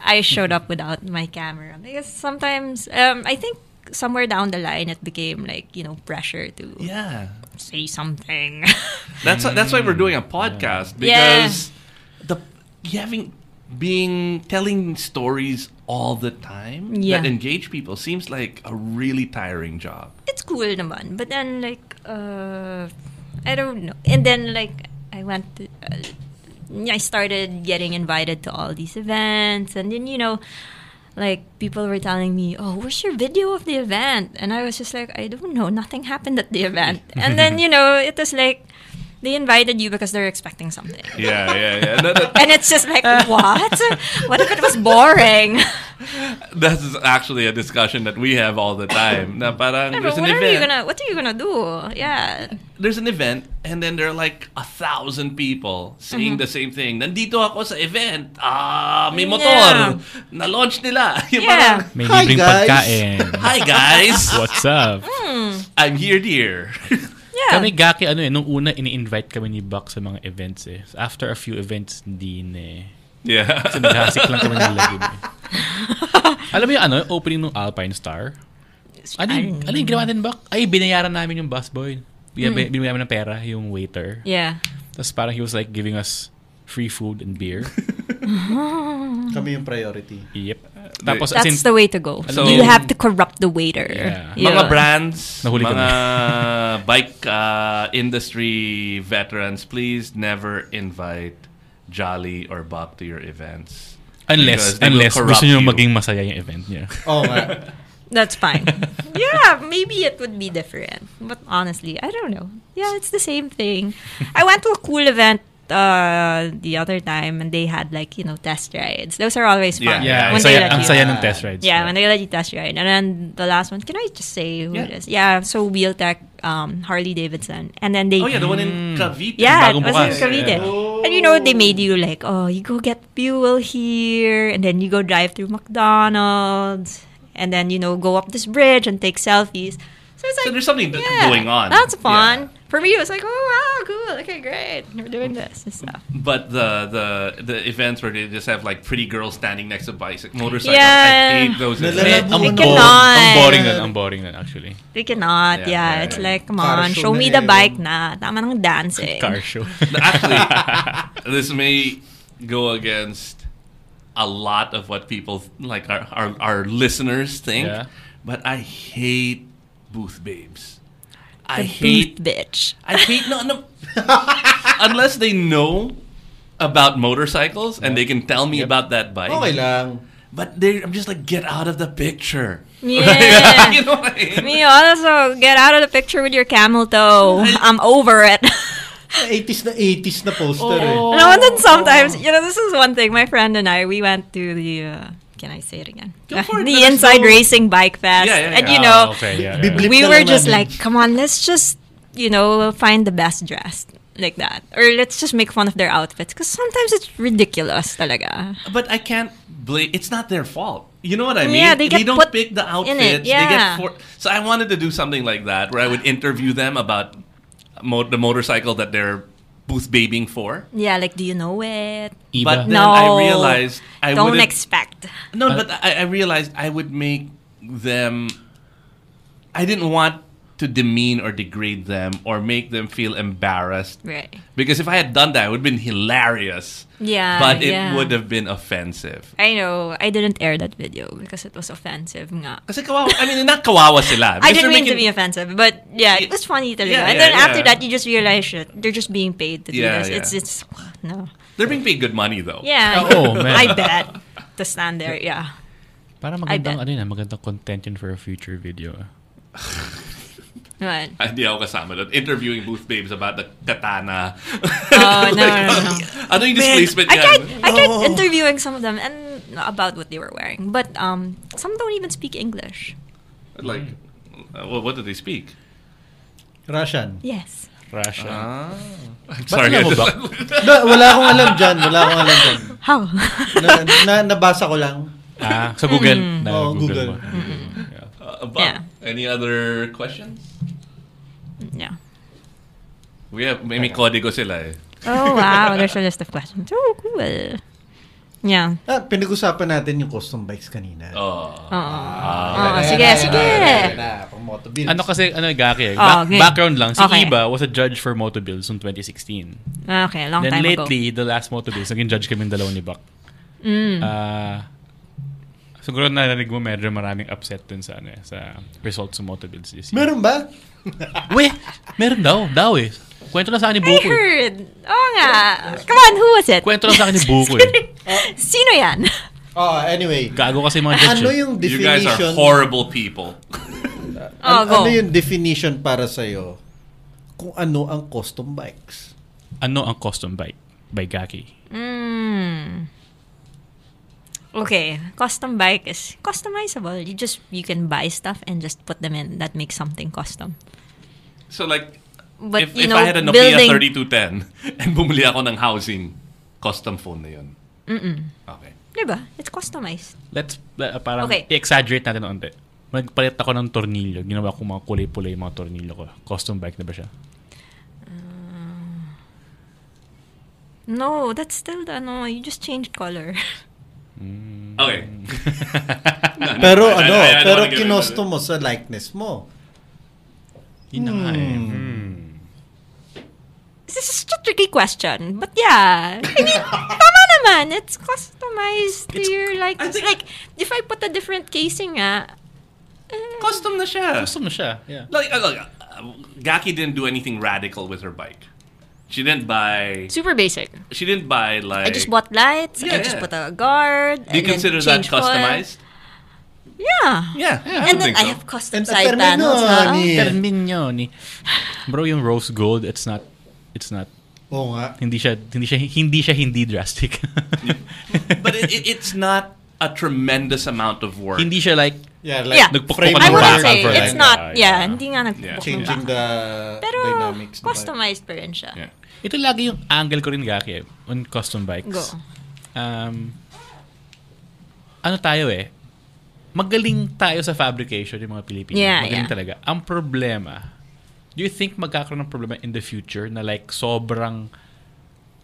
Speaker 6: I showed up without my camera because sometimes um, I think somewhere down the line it became like you know pressure to
Speaker 1: yeah.
Speaker 6: say something.
Speaker 1: That's that's why we're doing a podcast
Speaker 6: Yeah.
Speaker 1: because the you having being telling stories all the time
Speaker 6: Yeah.
Speaker 1: that engage people seems like a really tiring job.
Speaker 6: it's cool naman. But then, like, uh, I don't know. And then, like, I went to, uh, I started getting invited to all these events. And then, you know, like people were telling me, "Oh, where's your video of the event?" And I was just like, "I don't know. Nothing happened at the event." And then you know, it was like they invited you because they're expecting something.
Speaker 1: Yeah, yeah, yeah. No, no,
Speaker 6: And it's just like, what? what if it was boring?
Speaker 1: this is actually a discussion that we have all the time. Na parang
Speaker 6: Pero
Speaker 1: there's an
Speaker 6: what are you
Speaker 1: event.
Speaker 6: gonna? What are you gonna do? Yeah.
Speaker 1: There's an event, and then there are like a thousand people saying the same thing. Nandito ako sa event. Ah, may motor.
Speaker 6: Mm-hmm. Yeah.
Speaker 1: Na-launch nila. Yung parang,
Speaker 6: Yeah.
Speaker 7: May
Speaker 4: Hi,
Speaker 7: libreng
Speaker 4: guys.
Speaker 7: pagkain.
Speaker 1: Hi, guys.
Speaker 7: What's up?
Speaker 1: I'm here, dear.
Speaker 6: Yeah.
Speaker 7: Kami gaki, ano eh, nung una ini-invite kami ni Buck sa mga events eh. After a few events, hindi na eh.
Speaker 1: yeah.
Speaker 7: Naghasik lang kami nila dun eh. Alam mo yung ano, yung opening ng Alpine Star? Ano yung, ano yung ginawa natin, Buck? Ay, binayaran namin yung busboy. Bin- Binigyan namin ng pera, yung waiter.
Speaker 6: Hmm. Yeah.
Speaker 7: Tapos parang he was like giving us free food and beer.
Speaker 4: Kami yung priority.
Speaker 7: Yep. Tapos as in,
Speaker 6: That's the way to go.
Speaker 1: So-
Speaker 6: you have to corrupt the waiter.
Speaker 7: Yeah.
Speaker 1: Mga brands,
Speaker 7: Nahuli ka
Speaker 1: mga bike uh, industry veterans, please never invite Jolly or Buck to your events. Because
Speaker 7: unless,
Speaker 1: they will
Speaker 7: unless
Speaker 1: corrupt
Speaker 7: gusto nyo
Speaker 1: you.
Speaker 7: maging masaya yung event niya.
Speaker 4: Oo nga.
Speaker 6: That's fine. yeah, maybe it would be different. But honestly, I don't know. Yeah, it's the same thing. I went to a cool event uh, the other time and they had like, you know, test rides. Those are always
Speaker 1: Yeah,
Speaker 6: fun.
Speaker 1: Yeah,
Speaker 7: ang
Speaker 6: when they
Speaker 7: saya,
Speaker 6: let
Speaker 7: ang
Speaker 6: you.
Speaker 7: saya ng test rides.
Speaker 6: Yeah, when they let you test ride. And then the last one, can I just say who it is? Yeah, so Wheeltech, um, Harley Davidson. And then they
Speaker 1: Oh yeah, the one
Speaker 7: Hmm.
Speaker 1: in Cavite.
Speaker 6: Yeah, it
Speaker 7: Bagong
Speaker 6: was in
Speaker 7: bukas.
Speaker 6: Cavite. And you know, they made you like, oh, you go get fuel here, and then you go drive through McDonald's, and then, you know, go up this bridge and take selfies. So it's like,
Speaker 1: So there's something th-
Speaker 6: yeah,
Speaker 1: going on.
Speaker 6: That's fun.
Speaker 1: Yeah.
Speaker 6: For me, it was like, oh, wow, cool. Okay, great. We're doing this and stuff.
Speaker 1: But the the the events where they just have like pretty girls standing next to bicycle motorcycles. I
Speaker 6: Yeah.
Speaker 1: hate those events.
Speaker 4: Nalalabo
Speaker 7: ang,
Speaker 4: It
Speaker 7: boring,
Speaker 6: cannot.
Speaker 7: ang boring nun, ang boring nun actually.
Speaker 6: We
Speaker 1: Yeah,
Speaker 6: cannot. Yeah,
Speaker 1: yeah,
Speaker 6: it's
Speaker 1: yeah.
Speaker 6: like, come
Speaker 4: Car
Speaker 6: on,
Speaker 4: show
Speaker 6: show me
Speaker 4: na
Speaker 6: the
Speaker 4: eh,
Speaker 6: bike
Speaker 4: no?
Speaker 6: na. Tama eh. ng dancing.
Speaker 7: Car show.
Speaker 1: Actually, this may go against a lot of what people like our our, our listeners think.
Speaker 7: Yeah.
Speaker 1: But I hate booth babes. I
Speaker 6: The
Speaker 1: hate
Speaker 6: booth bitch.
Speaker 1: I hate no, no. unless they know about motorcycles and they can tell me about that bike.
Speaker 4: Okay lang.
Speaker 1: But they, I'm just like, get out of the picture.
Speaker 6: Yeah.
Speaker 1: you know what I mean?
Speaker 6: Me also, get out of the picture with your camel toe. I'm over it.
Speaker 4: 80s na 80s na poster eh.
Speaker 1: Oh.
Speaker 6: No, and then sometimes, you know, this is one thing. My friend and I, we went to the. Uh, can I say it again?
Speaker 1: Go for it.
Speaker 6: the
Speaker 1: There's
Speaker 6: Inside
Speaker 1: no-
Speaker 6: Racing Bike Fest,
Speaker 1: Yeah, yeah, yeah.
Speaker 6: and you
Speaker 7: Ah,
Speaker 6: know,
Speaker 7: okay, yeah, yeah.
Speaker 4: Biblip
Speaker 6: we
Speaker 4: na
Speaker 6: were
Speaker 4: lang
Speaker 6: just
Speaker 4: namin.
Speaker 6: like, come on, let's just, you know, find the best dressed like that, or let's just make fun of their outfits because sometimes it's ridiculous, talaga.
Speaker 1: But I can't blame. It's not their fault. You know what I mean?
Speaker 6: Yeah, they get
Speaker 1: don't
Speaker 6: put
Speaker 1: pick the
Speaker 6: in
Speaker 1: outfits.
Speaker 6: it,
Speaker 1: They get
Speaker 6: yeah.
Speaker 1: for- so I wanted to do something like that, where I would interview them about mo- the motorcycle that they're booth babying for.
Speaker 6: Yeah, like, do you know it?
Speaker 7: Iba.
Speaker 1: But then
Speaker 6: No.
Speaker 1: I realized I
Speaker 6: Don't
Speaker 1: wouldn't-
Speaker 6: expect.
Speaker 1: No, but I, I realized I would make them. I didn't want to demean or degrade them or make them feel embarrassed.
Speaker 6: Right.
Speaker 1: Because if I had done that, it would have been hilarious.
Speaker 6: Yeah,
Speaker 1: But it
Speaker 6: yeah.
Speaker 1: would have been offensive.
Speaker 6: I know. I didn't air that video because it was offensive. Nga.
Speaker 1: Kasi kawawa, I mean, not kawawa sila.
Speaker 6: I
Speaker 1: Because they're
Speaker 6: didn't mean to
Speaker 1: making-
Speaker 6: be offensive, but yeah, it was funny
Speaker 1: Yeah,
Speaker 6: talaga. and
Speaker 1: yeah,
Speaker 6: then after
Speaker 1: yeah.
Speaker 6: that, you just realize shit. They're just being paid to do
Speaker 1: Yeah,
Speaker 6: this.
Speaker 1: yeah.
Speaker 6: It's it's no.
Speaker 1: They're being paid good money, though.
Speaker 6: Yeah.
Speaker 7: Oh, man.
Speaker 6: I bet to stand there. Yeah.
Speaker 7: Para
Speaker 6: bet.
Speaker 7: magandang, ano yun, ah, magandang content yun for a future video. ah.
Speaker 6: Right.
Speaker 1: Ah, Hindi ako kasama doon. Interviewing booth babes about the katana.
Speaker 6: Oh no, no, no, no.
Speaker 1: ano yung
Speaker 6: Man,
Speaker 1: displacement
Speaker 6: I
Speaker 1: yan?
Speaker 6: tried I tried interviewing some of them and about what they were wearing, but um, some don't even speak English.
Speaker 1: Like, uh, what, what did they speak?
Speaker 4: Russian.
Speaker 6: Yes.
Speaker 7: Russia.
Speaker 1: I'm
Speaker 4: Ba't
Speaker 1: sorry.
Speaker 4: alam mo ba? No, wala akong alam dyan. Wala akong alam dyan.
Speaker 6: How?
Speaker 4: Na, na, nabasa ko lang.
Speaker 7: Ah, sa Google.
Speaker 6: Mm.
Speaker 7: Na,
Speaker 4: Oo,
Speaker 7: Google.
Speaker 4: Oh, Google.
Speaker 7: mo. Yeah.
Speaker 1: Uh, Bob,
Speaker 6: Yeah.
Speaker 1: Any other questions?
Speaker 6: yeah.
Speaker 1: We have may may kodigo sila eh.
Speaker 6: Oh wow, there's a list of questions. Oh cool. Yeah.
Speaker 4: Ah, pinag-usapan natin yung custom bikes kanina.
Speaker 1: Oh.
Speaker 6: Oh.
Speaker 4: Ah,
Speaker 6: sige,
Speaker 4: ayan na,
Speaker 6: sige.
Speaker 4: ayan na, ayan na, pang moto bills.
Speaker 7: Ano kasi, ano yung gaki eh.
Speaker 6: Oh,
Speaker 7: Ba-
Speaker 6: okay.
Speaker 7: Background lang, si
Speaker 6: Okay.
Speaker 7: Iba was a judge for Motobills noong 2016.
Speaker 6: Okay, long
Speaker 7: Then
Speaker 6: time ago.
Speaker 7: lately, the last Motobills, naging judge kami yung dalawa ni Buck.
Speaker 6: Mm.
Speaker 7: Ah, siguro narinig mo medyo maraming upset dun sa, ano, eh, sa results ng Motobills this year.
Speaker 4: Meron ba?
Speaker 7: Weh, meron daw. Daw eh. Kwento lang sa akin
Speaker 6: I
Speaker 7: ni Buko eh.
Speaker 6: heard. Oo nga. Come on, who was it?
Speaker 7: Kwento lang sa akin ni Buko eh.
Speaker 6: Sino yan?
Speaker 4: Oh, anyway.
Speaker 7: Gago kasi mga judge.
Speaker 4: ano
Speaker 7: eh.
Speaker 4: yung
Speaker 1: You guys
Speaker 4: definition?
Speaker 1: are horrible people.
Speaker 4: An-
Speaker 6: Oh, go.
Speaker 4: ano yung definition para sa'yo kung ano ang custom bikes?
Speaker 7: Ano ang custom bike by Gaki?
Speaker 6: Hmm. Okay, custom bike is customizable. You just you can buy stuff and just put them in. That makes something custom.
Speaker 1: So like,
Speaker 6: But
Speaker 1: if,
Speaker 6: you
Speaker 1: if
Speaker 6: know,
Speaker 1: I had a Nokia
Speaker 6: building
Speaker 1: 3210 and bumili ako ng housing, custom phone na yun. Mm-mm. Okay.
Speaker 6: Diba? It's customized.
Speaker 7: Let's, uh, parang,
Speaker 6: Okay.
Speaker 7: i-exaggerate natin onte. Nagpalit ako ng tornilyo. Ginawa ko mga kulay-pulay yung mga tornilyo ko. Custom bike na ba siya?
Speaker 6: No, that's still the ano. You just changed color.
Speaker 1: Okay.
Speaker 4: Pero
Speaker 1: I-
Speaker 4: ano,
Speaker 1: I- I don't
Speaker 4: pero
Speaker 1: wanna get into
Speaker 4: kinustom mo sa likeness mo.
Speaker 7: Yun na nga eh.
Speaker 1: Hmm.
Speaker 6: this is such a tricky question, but yeah. I mean, tama naman. It's customized to your
Speaker 1: I
Speaker 6: likeness.
Speaker 1: think-
Speaker 6: like, if I put a different casing ah, nga,
Speaker 1: Custom na siya.
Speaker 7: Custom na siya, yeah.
Speaker 1: Like, uh, look, uh, Gaki didn't do anything radical with her bike. She didn't buy.
Speaker 6: super basic.
Speaker 1: She didn't buy like.
Speaker 6: I just bought lights. I
Speaker 1: Yeah, yeah.
Speaker 6: just put a guard.
Speaker 1: Do you
Speaker 6: and then
Speaker 1: consider that
Speaker 6: change foil.
Speaker 1: customized?
Speaker 6: Yeah.
Speaker 1: Yeah. I
Speaker 6: and
Speaker 1: don't think
Speaker 6: then I
Speaker 1: so.
Speaker 6: have custom
Speaker 4: And uh, the
Speaker 6: side panels. Huh?
Speaker 4: Terminoni.
Speaker 7: Terminioni. Bro, yung rose gold, it's not, it's not,
Speaker 4: Oo nga.
Speaker 7: hindi siya, hindi siya, hindi siya hindi drastic.
Speaker 1: but it, it, it's not a tremendous amount of work.
Speaker 7: hindi siya like,
Speaker 4: Yeah,
Speaker 6: Yeah.
Speaker 7: Nagpukpok
Speaker 4: frame
Speaker 6: I
Speaker 7: ka ng
Speaker 4: back
Speaker 7: back
Speaker 6: wouldn't
Speaker 4: and
Speaker 6: say
Speaker 4: front.
Speaker 6: it's not.
Speaker 7: Yeah.
Speaker 6: Yeah, hindi nga nagpupukbak.
Speaker 4: Changing the
Speaker 6: Pero
Speaker 4: dynamics. ng bike.
Speaker 6: customized pa rin siya.
Speaker 7: ito lagi yung angle ko rin Gaki eh, on custom bikes.
Speaker 6: Go.
Speaker 7: um, ano tayo eh, magaling tayo sa fabrication yung mga Pilipino.
Speaker 6: Yeah, yeah.
Speaker 7: magaling talaga. Ang problema, do you think magkakaroon ng problema in the future na like sobrang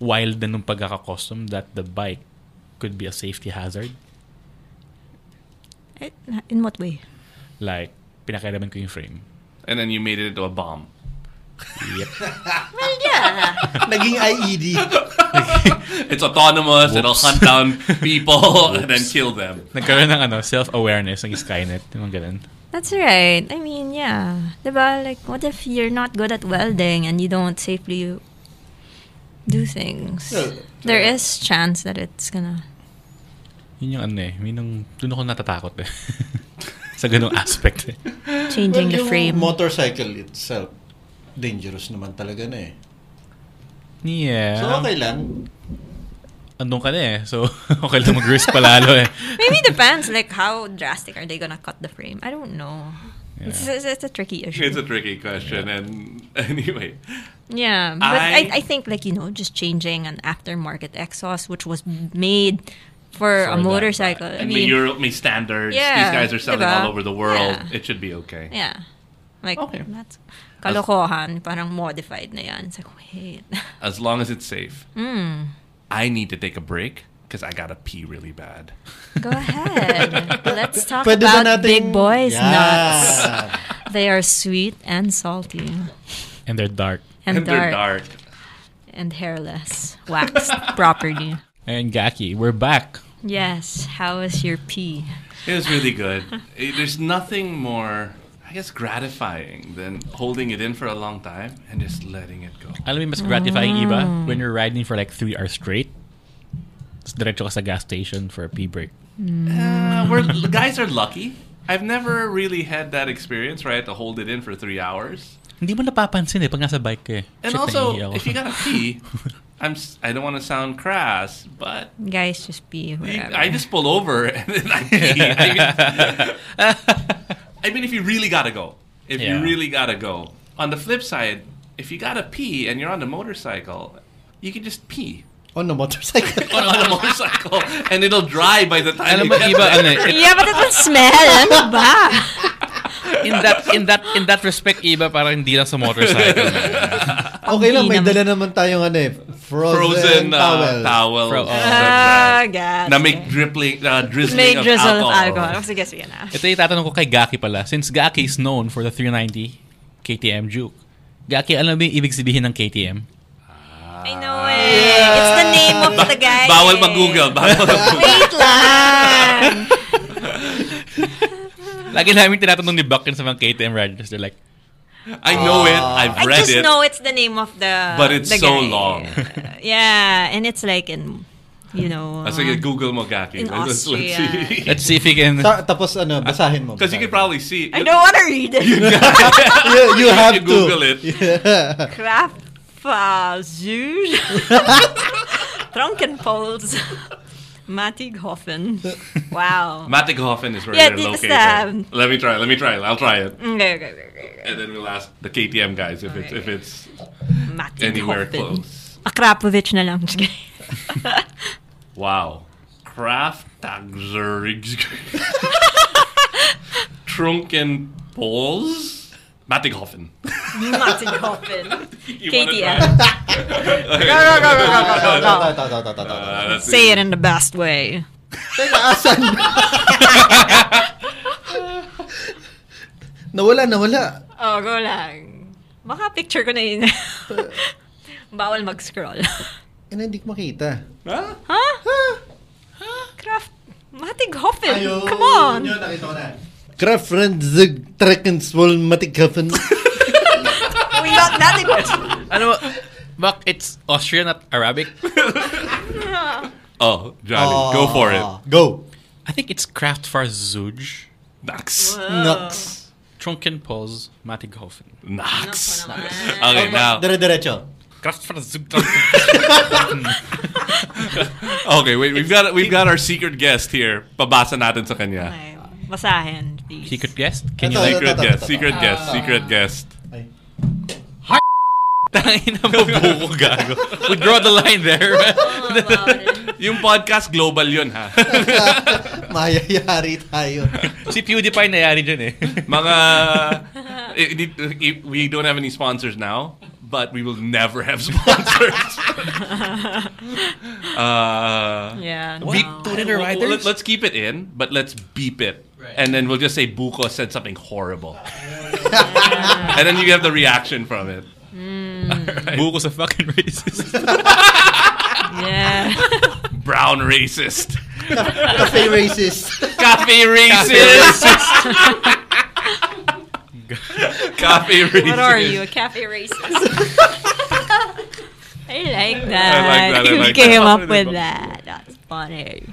Speaker 7: wild na nung pagkaka-custom that the bike could be a safety hazard?
Speaker 6: Eh, In what way?
Speaker 7: Like, pinakailaman ko yung frame.
Speaker 1: And then you made it into a bomb.
Speaker 7: Yep.
Speaker 6: Well, yeah.
Speaker 4: Naging E IED.
Speaker 1: It's autonomous. It'll hunt down people and then kill them.
Speaker 7: Nagkaroon ng ano, self-awareness ng Skynet. Yung mga ganun.
Speaker 6: That's right. I mean, yeah. Diba? Like, what if you're not good at welding and you don't safely do things?
Speaker 4: Well,
Speaker 6: there is chance that it's gonna...
Speaker 7: Yun yung ano eh. Yun yung, doon ako natatakot eh. sa ganung aspect eh.
Speaker 6: Changing the
Speaker 4: Well,
Speaker 6: frame.
Speaker 4: yung motorcycle itself, dangerous naman talaga na eh.
Speaker 7: Yeah.
Speaker 4: So okay lang.
Speaker 7: eh. Andun ka na eh. So, okay lang mag-risk palalo eh.
Speaker 6: Maybe it depends, like, how drastic are they gonna cut the frame? I don't know. It's,
Speaker 7: Yeah.
Speaker 6: it's, it's a tricky issue.
Speaker 1: It's a tricky question. And anyway,
Speaker 6: yeah. But
Speaker 1: I-
Speaker 6: I, I, think, like, you know, just changing an aftermarket exhaust, which was made for, a
Speaker 7: For that,
Speaker 6: motorcycle. I
Speaker 1: and the
Speaker 6: mean,
Speaker 1: Euro me standards.
Speaker 6: Yeah,
Speaker 1: These guys are selling
Speaker 6: diba?
Speaker 1: all over the world.
Speaker 6: Yeah.
Speaker 1: It should be okay.
Speaker 6: yeah. Like,
Speaker 1: Okay.
Speaker 6: that's kalokohan, parang modified na yan. It's like, wait.
Speaker 1: As long as it's safe. I need to take a break because I gotta pee really bad.
Speaker 6: Go ahead. Let's talk
Speaker 4: Pwede ba nating-
Speaker 6: about big boys
Speaker 4: Yeah.
Speaker 6: nuts. They are sweet and salty
Speaker 7: And they're dark.
Speaker 6: and,
Speaker 1: they're
Speaker 6: dark,
Speaker 1: dark.
Speaker 6: and hairless, waxed properly.
Speaker 7: And Gaki, we're back.
Speaker 6: Yes. How is your pee?
Speaker 1: It was really good. Eh, There's nothing more, I guess, gratifying than holding it in for a long time and just letting it go.
Speaker 7: Alam mo yung mas gratifying iba when you're riding for like three hours straight. Tapos diretso ka sa gas station for a pee break.
Speaker 1: Uh, we're guys are lucky. I've never really had that experience where I had to hold it in for three hours.
Speaker 7: Hindi mo napapansin eh pag nasa bike ka eh.
Speaker 1: And
Speaker 7: Shit,
Speaker 1: also,
Speaker 7: nahihiya ako.
Speaker 1: if you gotta pee, I'm s- I don't want to sound crass, but
Speaker 6: Guys, just pee
Speaker 1: you-
Speaker 6: wherever.
Speaker 1: I just pull over and then I pee. I mean, I mean, if you really gotta go, if you
Speaker 7: Yeah.
Speaker 1: really gotta go. On the flip side, if you gotta pee and you're on the motorcycle, you can just pee
Speaker 4: On a Oh, motorcycle.
Speaker 1: on, on the motorcycle, and it'll dry by the time.
Speaker 7: alam
Speaker 1: you
Speaker 7: mo
Speaker 1: get
Speaker 7: iba
Speaker 1: there.
Speaker 7: ano eh. it-
Speaker 6: yeah, but it will smell. Ano ba?
Speaker 7: in that in that in that respect iba parang hindi lang sa motorcycle. eh.
Speaker 4: Okay lang, may
Speaker 6: Hindi
Speaker 4: dala naman tayong ano eh. Frozen,
Speaker 1: Frozen
Speaker 4: towel.
Speaker 1: uh, towel.
Speaker 7: Fro- oh.
Speaker 6: Ah,
Speaker 1: That's right.
Speaker 6: God.
Speaker 1: Na may drippling, uh, drizzling
Speaker 6: Make
Speaker 1: of
Speaker 6: drizzle
Speaker 1: alcohol.
Speaker 6: of alcohol. Kasi guess yun na.
Speaker 7: Ito yung tatanong ko kay Gaki pala. Since Gaki is known for the 390 KTM Juke. Gaki, alam mo yung ibig sabihin ng KTM?
Speaker 6: I know eh. It's the name of the guy.
Speaker 1: Ah. Bawal
Speaker 6: eh.
Speaker 1: mag-google. Bawal mag-google.
Speaker 6: Wait lang.
Speaker 7: Lagi namin tinatanong ni Buck yun sa mga KTM riders. They're like,
Speaker 1: I know it. I've
Speaker 6: I
Speaker 1: read
Speaker 6: just
Speaker 1: it.
Speaker 6: know it's the name of the
Speaker 1: But it's
Speaker 6: the
Speaker 1: so
Speaker 6: guy.
Speaker 1: long.
Speaker 6: yeah, and it's like in you know.
Speaker 1: Ah, sige,
Speaker 6: uh,
Speaker 1: Google mo, Gaki.
Speaker 6: in
Speaker 1: Let's, let's see.
Speaker 7: Let's see if we can...
Speaker 4: Ta- tapos ano, basahin mo.
Speaker 1: Because you can
Speaker 4: basahin.
Speaker 1: probably see.
Speaker 6: I don't want to read it.
Speaker 4: you, you have
Speaker 1: you
Speaker 4: to.
Speaker 1: Google it.
Speaker 6: Craft uh, Zuge. Trunkenpols. Matighofen. Wow.
Speaker 1: Matighofen is where
Speaker 6: Yeah,
Speaker 1: they're
Speaker 6: it's,
Speaker 1: located.
Speaker 6: um,
Speaker 1: let me try. Let me try. I'll try it,
Speaker 6: Okay, okay, okay, okay, okay.
Speaker 1: and then we'll ask the KTM guys if it's if it's anywhere
Speaker 6: Matighofen.
Speaker 1: close.
Speaker 6: Akrapovich na lang. Just kidding.
Speaker 1: Wow. Kraftaxerix. Trunken poles. Matighofen.
Speaker 6: Matighofen.
Speaker 1: You wanna
Speaker 6: KTM.
Speaker 1: try it?
Speaker 4: Ta- ta- ta- ta- ta- ta- ta- ta.
Speaker 1: Uh, let's see.
Speaker 6: Say it in the best way.
Speaker 4: Teka, asan? nawala, nawala.
Speaker 6: Oh, go lang. Baka picture ko na yun. Bawal mag-scroll.
Speaker 4: Eh, hindi ko makita.
Speaker 1: Huh?
Speaker 6: Huh? Craft. Matighofen. Come on.
Speaker 4: Craft friend zig trekken swol matigkafen.
Speaker 6: We got nothing.
Speaker 7: Ano, Bak, it's Austrian at Arabic.
Speaker 1: Oh, Johnny, go for it.
Speaker 4: Go.
Speaker 7: I think it's Kraftfahrzuge,
Speaker 1: Nax.
Speaker 4: Nox.
Speaker 7: Trunkenpolz, Matighofen.
Speaker 1: Nax.
Speaker 6: Oh,
Speaker 1: Okay, now.
Speaker 4: Dire-diretso.
Speaker 7: Kraftfahrzuge,
Speaker 1: Okay, wait. We've got we've got our secret guest here. Babasa natin sa kanya.
Speaker 6: Okay, Basahin, please.
Speaker 7: Secret guest? Can you
Speaker 4: Ito,
Speaker 7: like...
Speaker 4: ito.
Speaker 1: Secret guest, secret guest, secret guest.
Speaker 7: Tangin na mabuko, gago. We draw the line there.
Speaker 1: Yung podcast global yun ha.
Speaker 4: Mayayari tayo.
Speaker 7: si PewDiePie nayari dyan eh.
Speaker 1: Mga i- di- i- we don't have any sponsors now, but we will never have sponsors. uh,
Speaker 6: Yeah.
Speaker 1: beep-
Speaker 6: no.
Speaker 7: Twitter
Speaker 1: let, us keep it in, but let's beep it. And then we'll just say Buko said something horrible. and then you have the reaction from it.
Speaker 7: Buko's a fucking racist.
Speaker 6: Yeah.
Speaker 1: Brown racist.
Speaker 4: Cafe racist.
Speaker 1: Coffee racist. Coffee racist.
Speaker 6: what are you, a cafe racist? I like that.
Speaker 1: that, I
Speaker 6: you
Speaker 1: like
Speaker 6: came
Speaker 1: that.
Speaker 6: up with that. That's funny.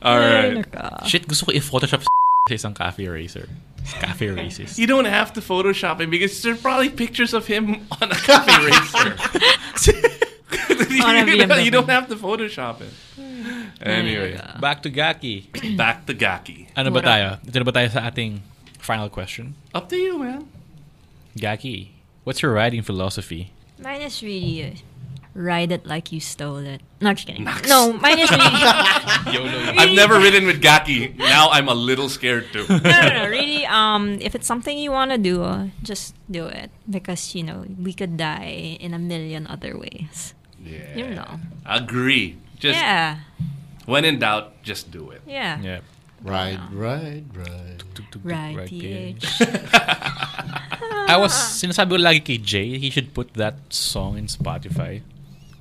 Speaker 1: All right.
Speaker 7: Shit, gusto ko i-photoshop sa isang cafe eraser. Cafe racist.
Speaker 1: You don't have to Photoshop him because there's probably pictures of him on a coffee racer.
Speaker 6: On a
Speaker 1: you,
Speaker 6: BMW.
Speaker 1: don't have to Photoshop it. Anyway,
Speaker 7: Back to Gaki.
Speaker 1: back to Gaki.
Speaker 7: Ano ba tayo? Ito na ba tayo sa ating final question?
Speaker 1: Up to you, man.
Speaker 7: Gaki, what's your riding philosophy?
Speaker 6: Mine is really uh, ride it like you stole it. No, just kidding. No, mine is really,
Speaker 1: I've never ridden with Gaki. Now I'm a little scared too.
Speaker 6: no, no, no, really. Um, if it's something you want to do, uh, just do it because you know we could die in a million other ways.
Speaker 1: Yeah.
Speaker 6: You know.
Speaker 1: Agree. Just
Speaker 6: Yeah,
Speaker 1: when in doubt, just do it.
Speaker 6: yeah.
Speaker 7: Yeah.
Speaker 4: Ride, ride, ride.
Speaker 6: Right,
Speaker 7: Right,
Speaker 6: PH.
Speaker 7: I was sinasabi ko lagi kay Jay, he should put that song in Spotify.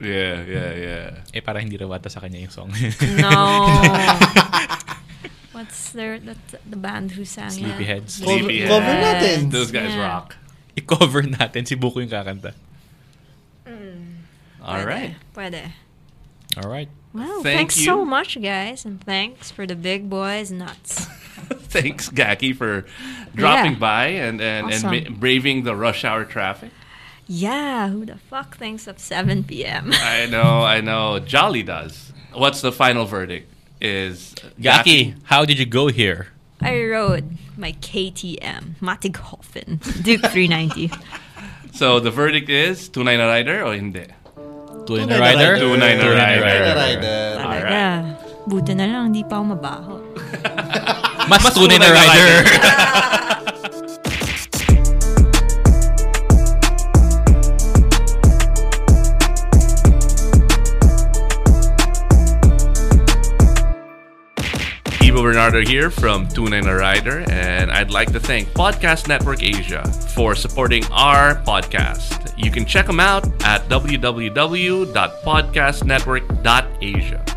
Speaker 1: Yeah, yeah, yeah.
Speaker 7: Eh, para hindi raw ata sa kanya yung song.
Speaker 6: No. What's their that the band who sang it?
Speaker 7: Sleepyheads.
Speaker 4: Cover,
Speaker 1: Sleepy
Speaker 4: cover
Speaker 1: Head.
Speaker 4: natin.
Speaker 1: Those guys
Speaker 6: Yeah.
Speaker 1: rock.
Speaker 7: I-cover natin, si Buko yung kakanta.
Speaker 1: All right.
Speaker 6: Pwede.
Speaker 7: Alright.
Speaker 6: Well,
Speaker 1: Thank
Speaker 6: thanks so
Speaker 1: you.
Speaker 6: much, guys, and thanks for the big boys nuts.
Speaker 1: Thanks, Gaki, for dropping
Speaker 6: Yeah.
Speaker 1: by and and, and
Speaker 6: Awesome.
Speaker 1: ma- braving the rush hour traffic.
Speaker 6: Yeah, who the fuck thinks of 7 p.m.?
Speaker 1: I know, I know. Jolly does. What's the final verdict? Is
Speaker 7: Gaki, how did you go here?
Speaker 6: I rode my KTM Matighofen Duke 390.
Speaker 1: So the verdict is tunay na rider o hindi?
Speaker 7: Tunay
Speaker 4: na
Speaker 7: na rider?
Speaker 4: rider.
Speaker 1: Tunay na rider.
Speaker 4: Ride, rider.
Speaker 6: Talaga. Buti na lang, di pa ako mabaho.
Speaker 7: Mas, tunay na rider.
Speaker 1: Ivo Bernardo here from Tunay na Rider, and I'd like to thank Podcast Network Asia for supporting our podcast. You can check them out at www.podcastnetwork.asia.